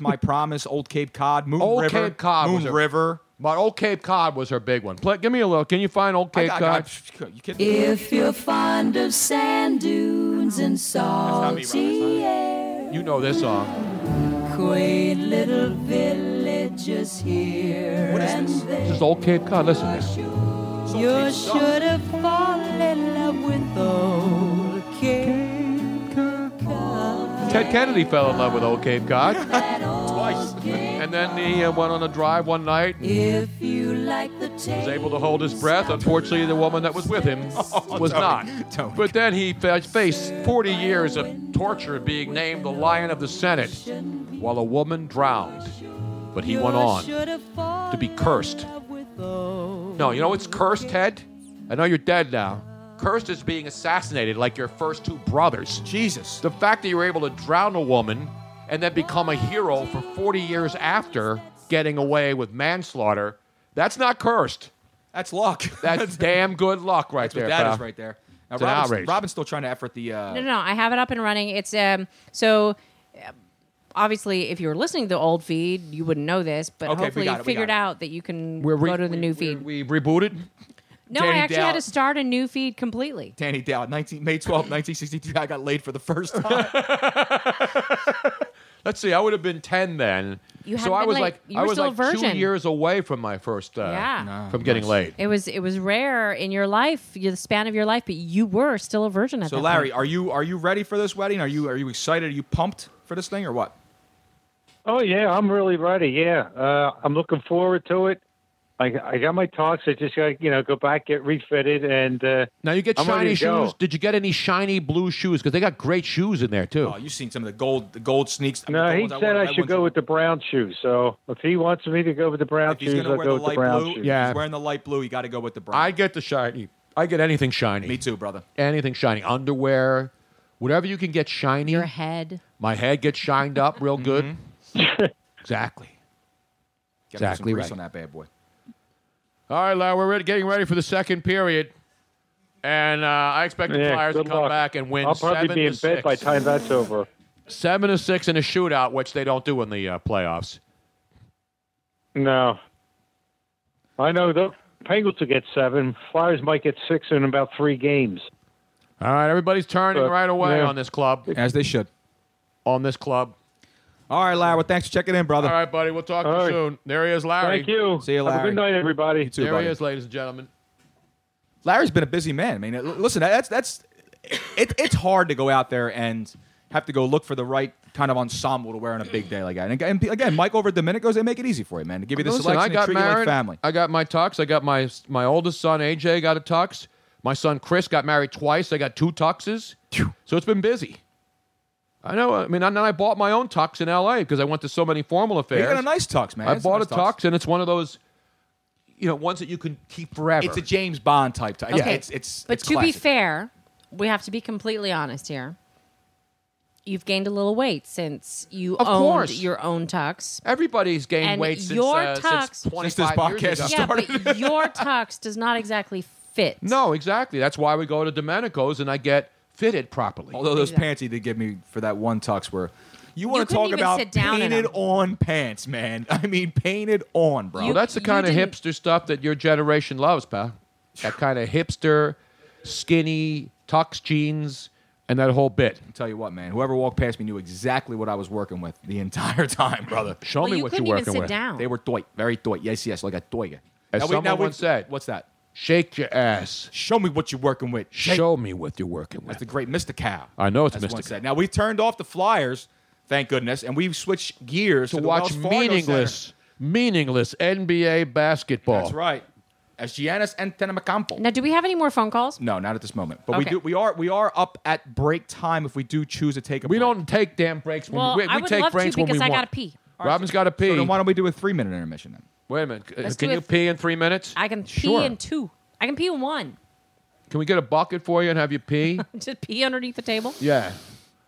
Speaker 3: [laughs]
Speaker 5: my promise, Old Cape Cod, Moon
Speaker 3: Old
Speaker 5: River,
Speaker 3: Cape Cod was a-
Speaker 5: Moon River.
Speaker 3: But Old Cape Cod was her big one. Play, give me a look. Can you find Old
Speaker 5: I
Speaker 3: Cape
Speaker 5: got- I
Speaker 3: Cod?
Speaker 5: got- you kidding? me?
Speaker 10: If you're fond of sand dunes and
Speaker 5: not me, Robert.
Speaker 10: salty air,
Speaker 3: You know this song.
Speaker 10: quaint little villages here
Speaker 5: What is
Speaker 10: and
Speaker 5: this?
Speaker 10: there,
Speaker 3: This is Old Cape Cod. Listen to this.
Speaker 10: you should have fallen in love with old Cape Cod.
Speaker 3: Ted Kennedy fell in love with Old Cape Cod. [laughs]
Speaker 10: That old Cape
Speaker 3: And then he uh, went on a drive one night and
Speaker 10: If you like the taste,
Speaker 3: was able to hold his breath. Unfortunately, the woman that was with him was not.
Speaker 5: Tony.
Speaker 3: But then he fa- faced 40 years of torture being named the Lion of the Senate while a woman drowned. But he went on to be cursed. No, you know what's cursed, Ted? I know you're dead now. Cursed is being assassinated like your first two brothers.
Speaker 5: Jesus.
Speaker 3: The fact that you were able to drown a woman and then become a hero for 40 years after getting away with manslaughter, that's not cursed.
Speaker 5: That's luck.
Speaker 3: [laughs] That's damn good luck right
Speaker 5: That's what
Speaker 3: there.
Speaker 5: that
Speaker 3: pal.
Speaker 5: is right there. Now,
Speaker 3: It's an
Speaker 5: Robin's,
Speaker 3: outrage.
Speaker 5: Robin's still trying to effort the. Uh,
Speaker 6: No, no, no. I have it up and running. It's um so uh, obviously if you were listening to the old feed, you wouldn't know this, but
Speaker 5: Okay, we
Speaker 6: hopefully
Speaker 5: got
Speaker 6: you
Speaker 5: it, we
Speaker 6: figured
Speaker 5: got it.
Speaker 6: out that you can
Speaker 3: We're re-
Speaker 6: go to the
Speaker 3: we- we-
Speaker 6: new feed.
Speaker 3: We, rebooted.
Speaker 6: no, I
Speaker 5: Danny
Speaker 6: actually
Speaker 5: Dow-
Speaker 6: had to start a new feed completely.
Speaker 5: Danny Dow, 19, May 12, 1963. I got laid for
Speaker 3: [laughs]
Speaker 5: the first time.
Speaker 3: Let's see. I would have been ten then.
Speaker 6: You
Speaker 3: so
Speaker 6: hadn't
Speaker 3: I
Speaker 6: been
Speaker 3: was
Speaker 6: laid.
Speaker 3: like,
Speaker 6: You
Speaker 3: I
Speaker 6: were
Speaker 3: was
Speaker 6: still a
Speaker 3: like
Speaker 6: virgin.
Speaker 3: two years away from my first. Uh,
Speaker 6: Yeah. No,
Speaker 3: from getting laid.
Speaker 6: It was it was rare in your life, y- the span of your life, but you were still a virgin at
Speaker 5: so,
Speaker 6: that
Speaker 5: Larry,
Speaker 6: point.
Speaker 5: are you are you ready for this wedding? Are you are you excited? Are you pumped for this thing or what?
Speaker 8: Oh yeah, I'm really ready. Yeah, uh, I'm looking forward to it. I, I got my talks. I just got you know go back get refitted and uh,
Speaker 3: Now you get
Speaker 8: I'm
Speaker 3: shiny
Speaker 8: ready to go.
Speaker 3: shoes. Did you get any shiny blue shoes? Because they got great shoes in there too.
Speaker 5: Oh, you've seen some of the gold the gold sneaks. I mean,
Speaker 8: No,
Speaker 5: the
Speaker 8: he
Speaker 5: ones
Speaker 8: said
Speaker 5: wore,
Speaker 8: I
Speaker 5: red
Speaker 8: should
Speaker 5: ones
Speaker 8: go
Speaker 5: and-
Speaker 8: with the brown shoes. So if he wants me to go with the brown
Speaker 5: If he's
Speaker 8: shoes,
Speaker 5: gonna
Speaker 8: I'll
Speaker 5: wear the
Speaker 8: go with the
Speaker 5: light
Speaker 8: brown
Speaker 5: blue,
Speaker 8: shoes.
Speaker 5: if
Speaker 3: Yeah.
Speaker 5: he's wearing the light blue. You got to go with the brown.
Speaker 3: I get the shiny. I get anything shiny.
Speaker 5: Me too, brother.
Speaker 3: Anything shiny. Underwear, whatever you can get shiny.
Speaker 6: your head?
Speaker 3: My head gets shined up
Speaker 5: [laughs]
Speaker 3: real good.
Speaker 5: Mm-hmm.
Speaker 3: exactly.
Speaker 5: Gotta do some
Speaker 3: Exactly
Speaker 5: grease
Speaker 3: right.
Speaker 5: on that bad boy.
Speaker 3: All right, Larry, we're ready, getting ready for the second period. And uh, I expect the
Speaker 8: Yeah,
Speaker 3: Flyers to
Speaker 8: good
Speaker 3: come
Speaker 8: luck.
Speaker 3: back and win
Speaker 8: I'll probably
Speaker 3: seven
Speaker 8: be
Speaker 3: to
Speaker 8: in bed
Speaker 3: six.
Speaker 8: by the time that's over.
Speaker 3: Seven to six in a shootout, which they don't do in the uh, playoffs.
Speaker 8: No, I know the Penguins will get seven. Flyers might get six in about three games.
Speaker 3: All right, everybody's turning
Speaker 8: Uh,
Speaker 3: right away
Speaker 8: yeah.
Speaker 3: on this club.
Speaker 5: As they should.
Speaker 3: On this club.
Speaker 5: All right, Larry. Well, thanks for checking in, brother.
Speaker 3: All right, buddy, we'll talk to
Speaker 8: All
Speaker 3: you
Speaker 8: right.
Speaker 3: soon. There he is, Larry.
Speaker 8: Thank you.
Speaker 5: See you,
Speaker 8: Have a
Speaker 5: Larry.
Speaker 8: good night, everybody.
Speaker 5: too,
Speaker 3: There
Speaker 5: buddy.
Speaker 3: he is, ladies and gentlemen.
Speaker 5: Larry's been a busy man. I mean, l- listen, that's that's it, it's hard to go out there and have to go look for the right kind of ensemble to wear on a big day like that. And, and again, Mike over at Domenico's, they make it easy for you, man, to give you the
Speaker 3: Listen, I
Speaker 5: selection
Speaker 3: got
Speaker 5: and treat you
Speaker 3: married.
Speaker 5: like family.
Speaker 3: I got my tux. I got my my oldest son AJ got a tux. My son Chris got married twice. I got two tuxes. So it's been busy. I know. I mean, and then I bought my own tux in L.A. because I went to so many formal affairs.
Speaker 5: got a nice tux, man.
Speaker 3: I
Speaker 5: It's a
Speaker 3: bought
Speaker 5: nice
Speaker 3: a
Speaker 5: tux.
Speaker 3: tux, and it's one of those, you know, ones that you can keep forever.
Speaker 5: It's a James Bond type. tux. Yeah,
Speaker 6: Okay.
Speaker 5: it's it's.
Speaker 6: But
Speaker 5: it's
Speaker 6: to be
Speaker 5: classic.
Speaker 6: fair, we have to be completely honest here. You've gained a little weight since you
Speaker 3: Of
Speaker 6: owned
Speaker 3: course.
Speaker 6: your own tux.
Speaker 3: Everybody's gained
Speaker 6: And
Speaker 3: weight since,
Speaker 6: your
Speaker 3: uh,
Speaker 6: tux-
Speaker 3: since
Speaker 6: Since
Speaker 3: 25
Speaker 5: this
Speaker 3: years
Speaker 5: podcast
Speaker 3: ago.
Speaker 6: Yeah,
Speaker 3: [laughs]
Speaker 6: but your tux does not exactly fit.
Speaker 3: No, exactly. That's why we go to Domenico's and I get fitted properly.
Speaker 5: Although those pants he did give me for that one tux were. You want to
Speaker 6: couldn't
Speaker 5: talk
Speaker 6: even
Speaker 5: about
Speaker 6: sit down in
Speaker 5: painted
Speaker 6: them.
Speaker 5: on pants, man? [laughs] I mean, painted on, bro.
Speaker 3: well, that's the kind of
Speaker 6: didn't-
Speaker 3: hipster stuff that your generation loves, pal.
Speaker 6: [sighs]
Speaker 3: That kind of hipster, skinny, tux jeans, and that whole bit.
Speaker 5: Tell you what, man. Whoever walked past me knew exactly what I was working with the [laughs] entire time,
Speaker 3: [laughs]
Speaker 5: brother.
Speaker 3: Show
Speaker 6: Well,
Speaker 3: me
Speaker 6: you
Speaker 3: what
Speaker 6: couldn't
Speaker 3: you're working
Speaker 6: even sit
Speaker 3: with.
Speaker 6: down.
Speaker 5: They were doit, very doit. Yes, yes, like a doit.
Speaker 3: As
Speaker 5: Now wait-
Speaker 3: someone
Speaker 5: now wait-
Speaker 3: once said,
Speaker 5: what's that?
Speaker 3: shake your ass.
Speaker 5: Show me what you're working with. Shake- [laughs]
Speaker 3: Show me what you're working
Speaker 5: That's
Speaker 3: with.
Speaker 5: the great Mr. Cow.
Speaker 3: I know it's
Speaker 5: That's
Speaker 3: Mr.
Speaker 5: one
Speaker 3: Cow.
Speaker 5: said. Now we turned off the flyers, thank goodness, and we've switched gears to,
Speaker 3: to
Speaker 5: the
Speaker 3: watch
Speaker 5: Wells Fargo Center.
Speaker 3: meaningless, meaningless NBA basketball.
Speaker 5: That's right. As Giannis Antetokounmpo.
Speaker 6: Now, do we have any more phone calls?
Speaker 5: No, not at this moment. But we
Speaker 6: Okay.
Speaker 5: do. We are we are up at break time if we do choose to take a.
Speaker 3: We
Speaker 5: break.
Speaker 3: don't take damn breaks when
Speaker 6: Well,
Speaker 3: we, we
Speaker 6: I would
Speaker 3: take
Speaker 6: love to
Speaker 3: breaks when we
Speaker 6: because I
Speaker 3: want.
Speaker 6: gotta pee.
Speaker 3: Robin's got to pee.
Speaker 5: So then why don't we do a three minute intermission then?
Speaker 3: Wait a minute.
Speaker 6: Let's
Speaker 3: can
Speaker 6: do
Speaker 3: you
Speaker 6: it.
Speaker 3: pee in three minutes?
Speaker 6: I can pee
Speaker 5: Sure.
Speaker 6: in two. I can pee in one. [laughs]
Speaker 3: Can we get a bucket for you and have you pee?
Speaker 6: Just pee underneath the table.
Speaker 3: yeah.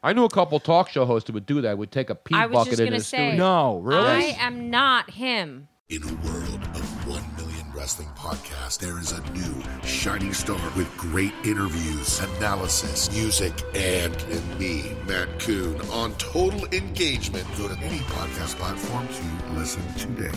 Speaker 3: I knew a couple talk show hosts who would do that. Would take a pee
Speaker 6: I was
Speaker 3: bucket
Speaker 6: just
Speaker 3: in
Speaker 6: gonna
Speaker 3: the
Speaker 6: say.
Speaker 3: studio.
Speaker 5: No, really?
Speaker 6: I am not him.
Speaker 12: In a world of 1 million wrestling podcasts, there is a new shining star with great interviews, analysis, music, and, and me, Matt Coon, on total engagement. Go to any podcast platform to listen today.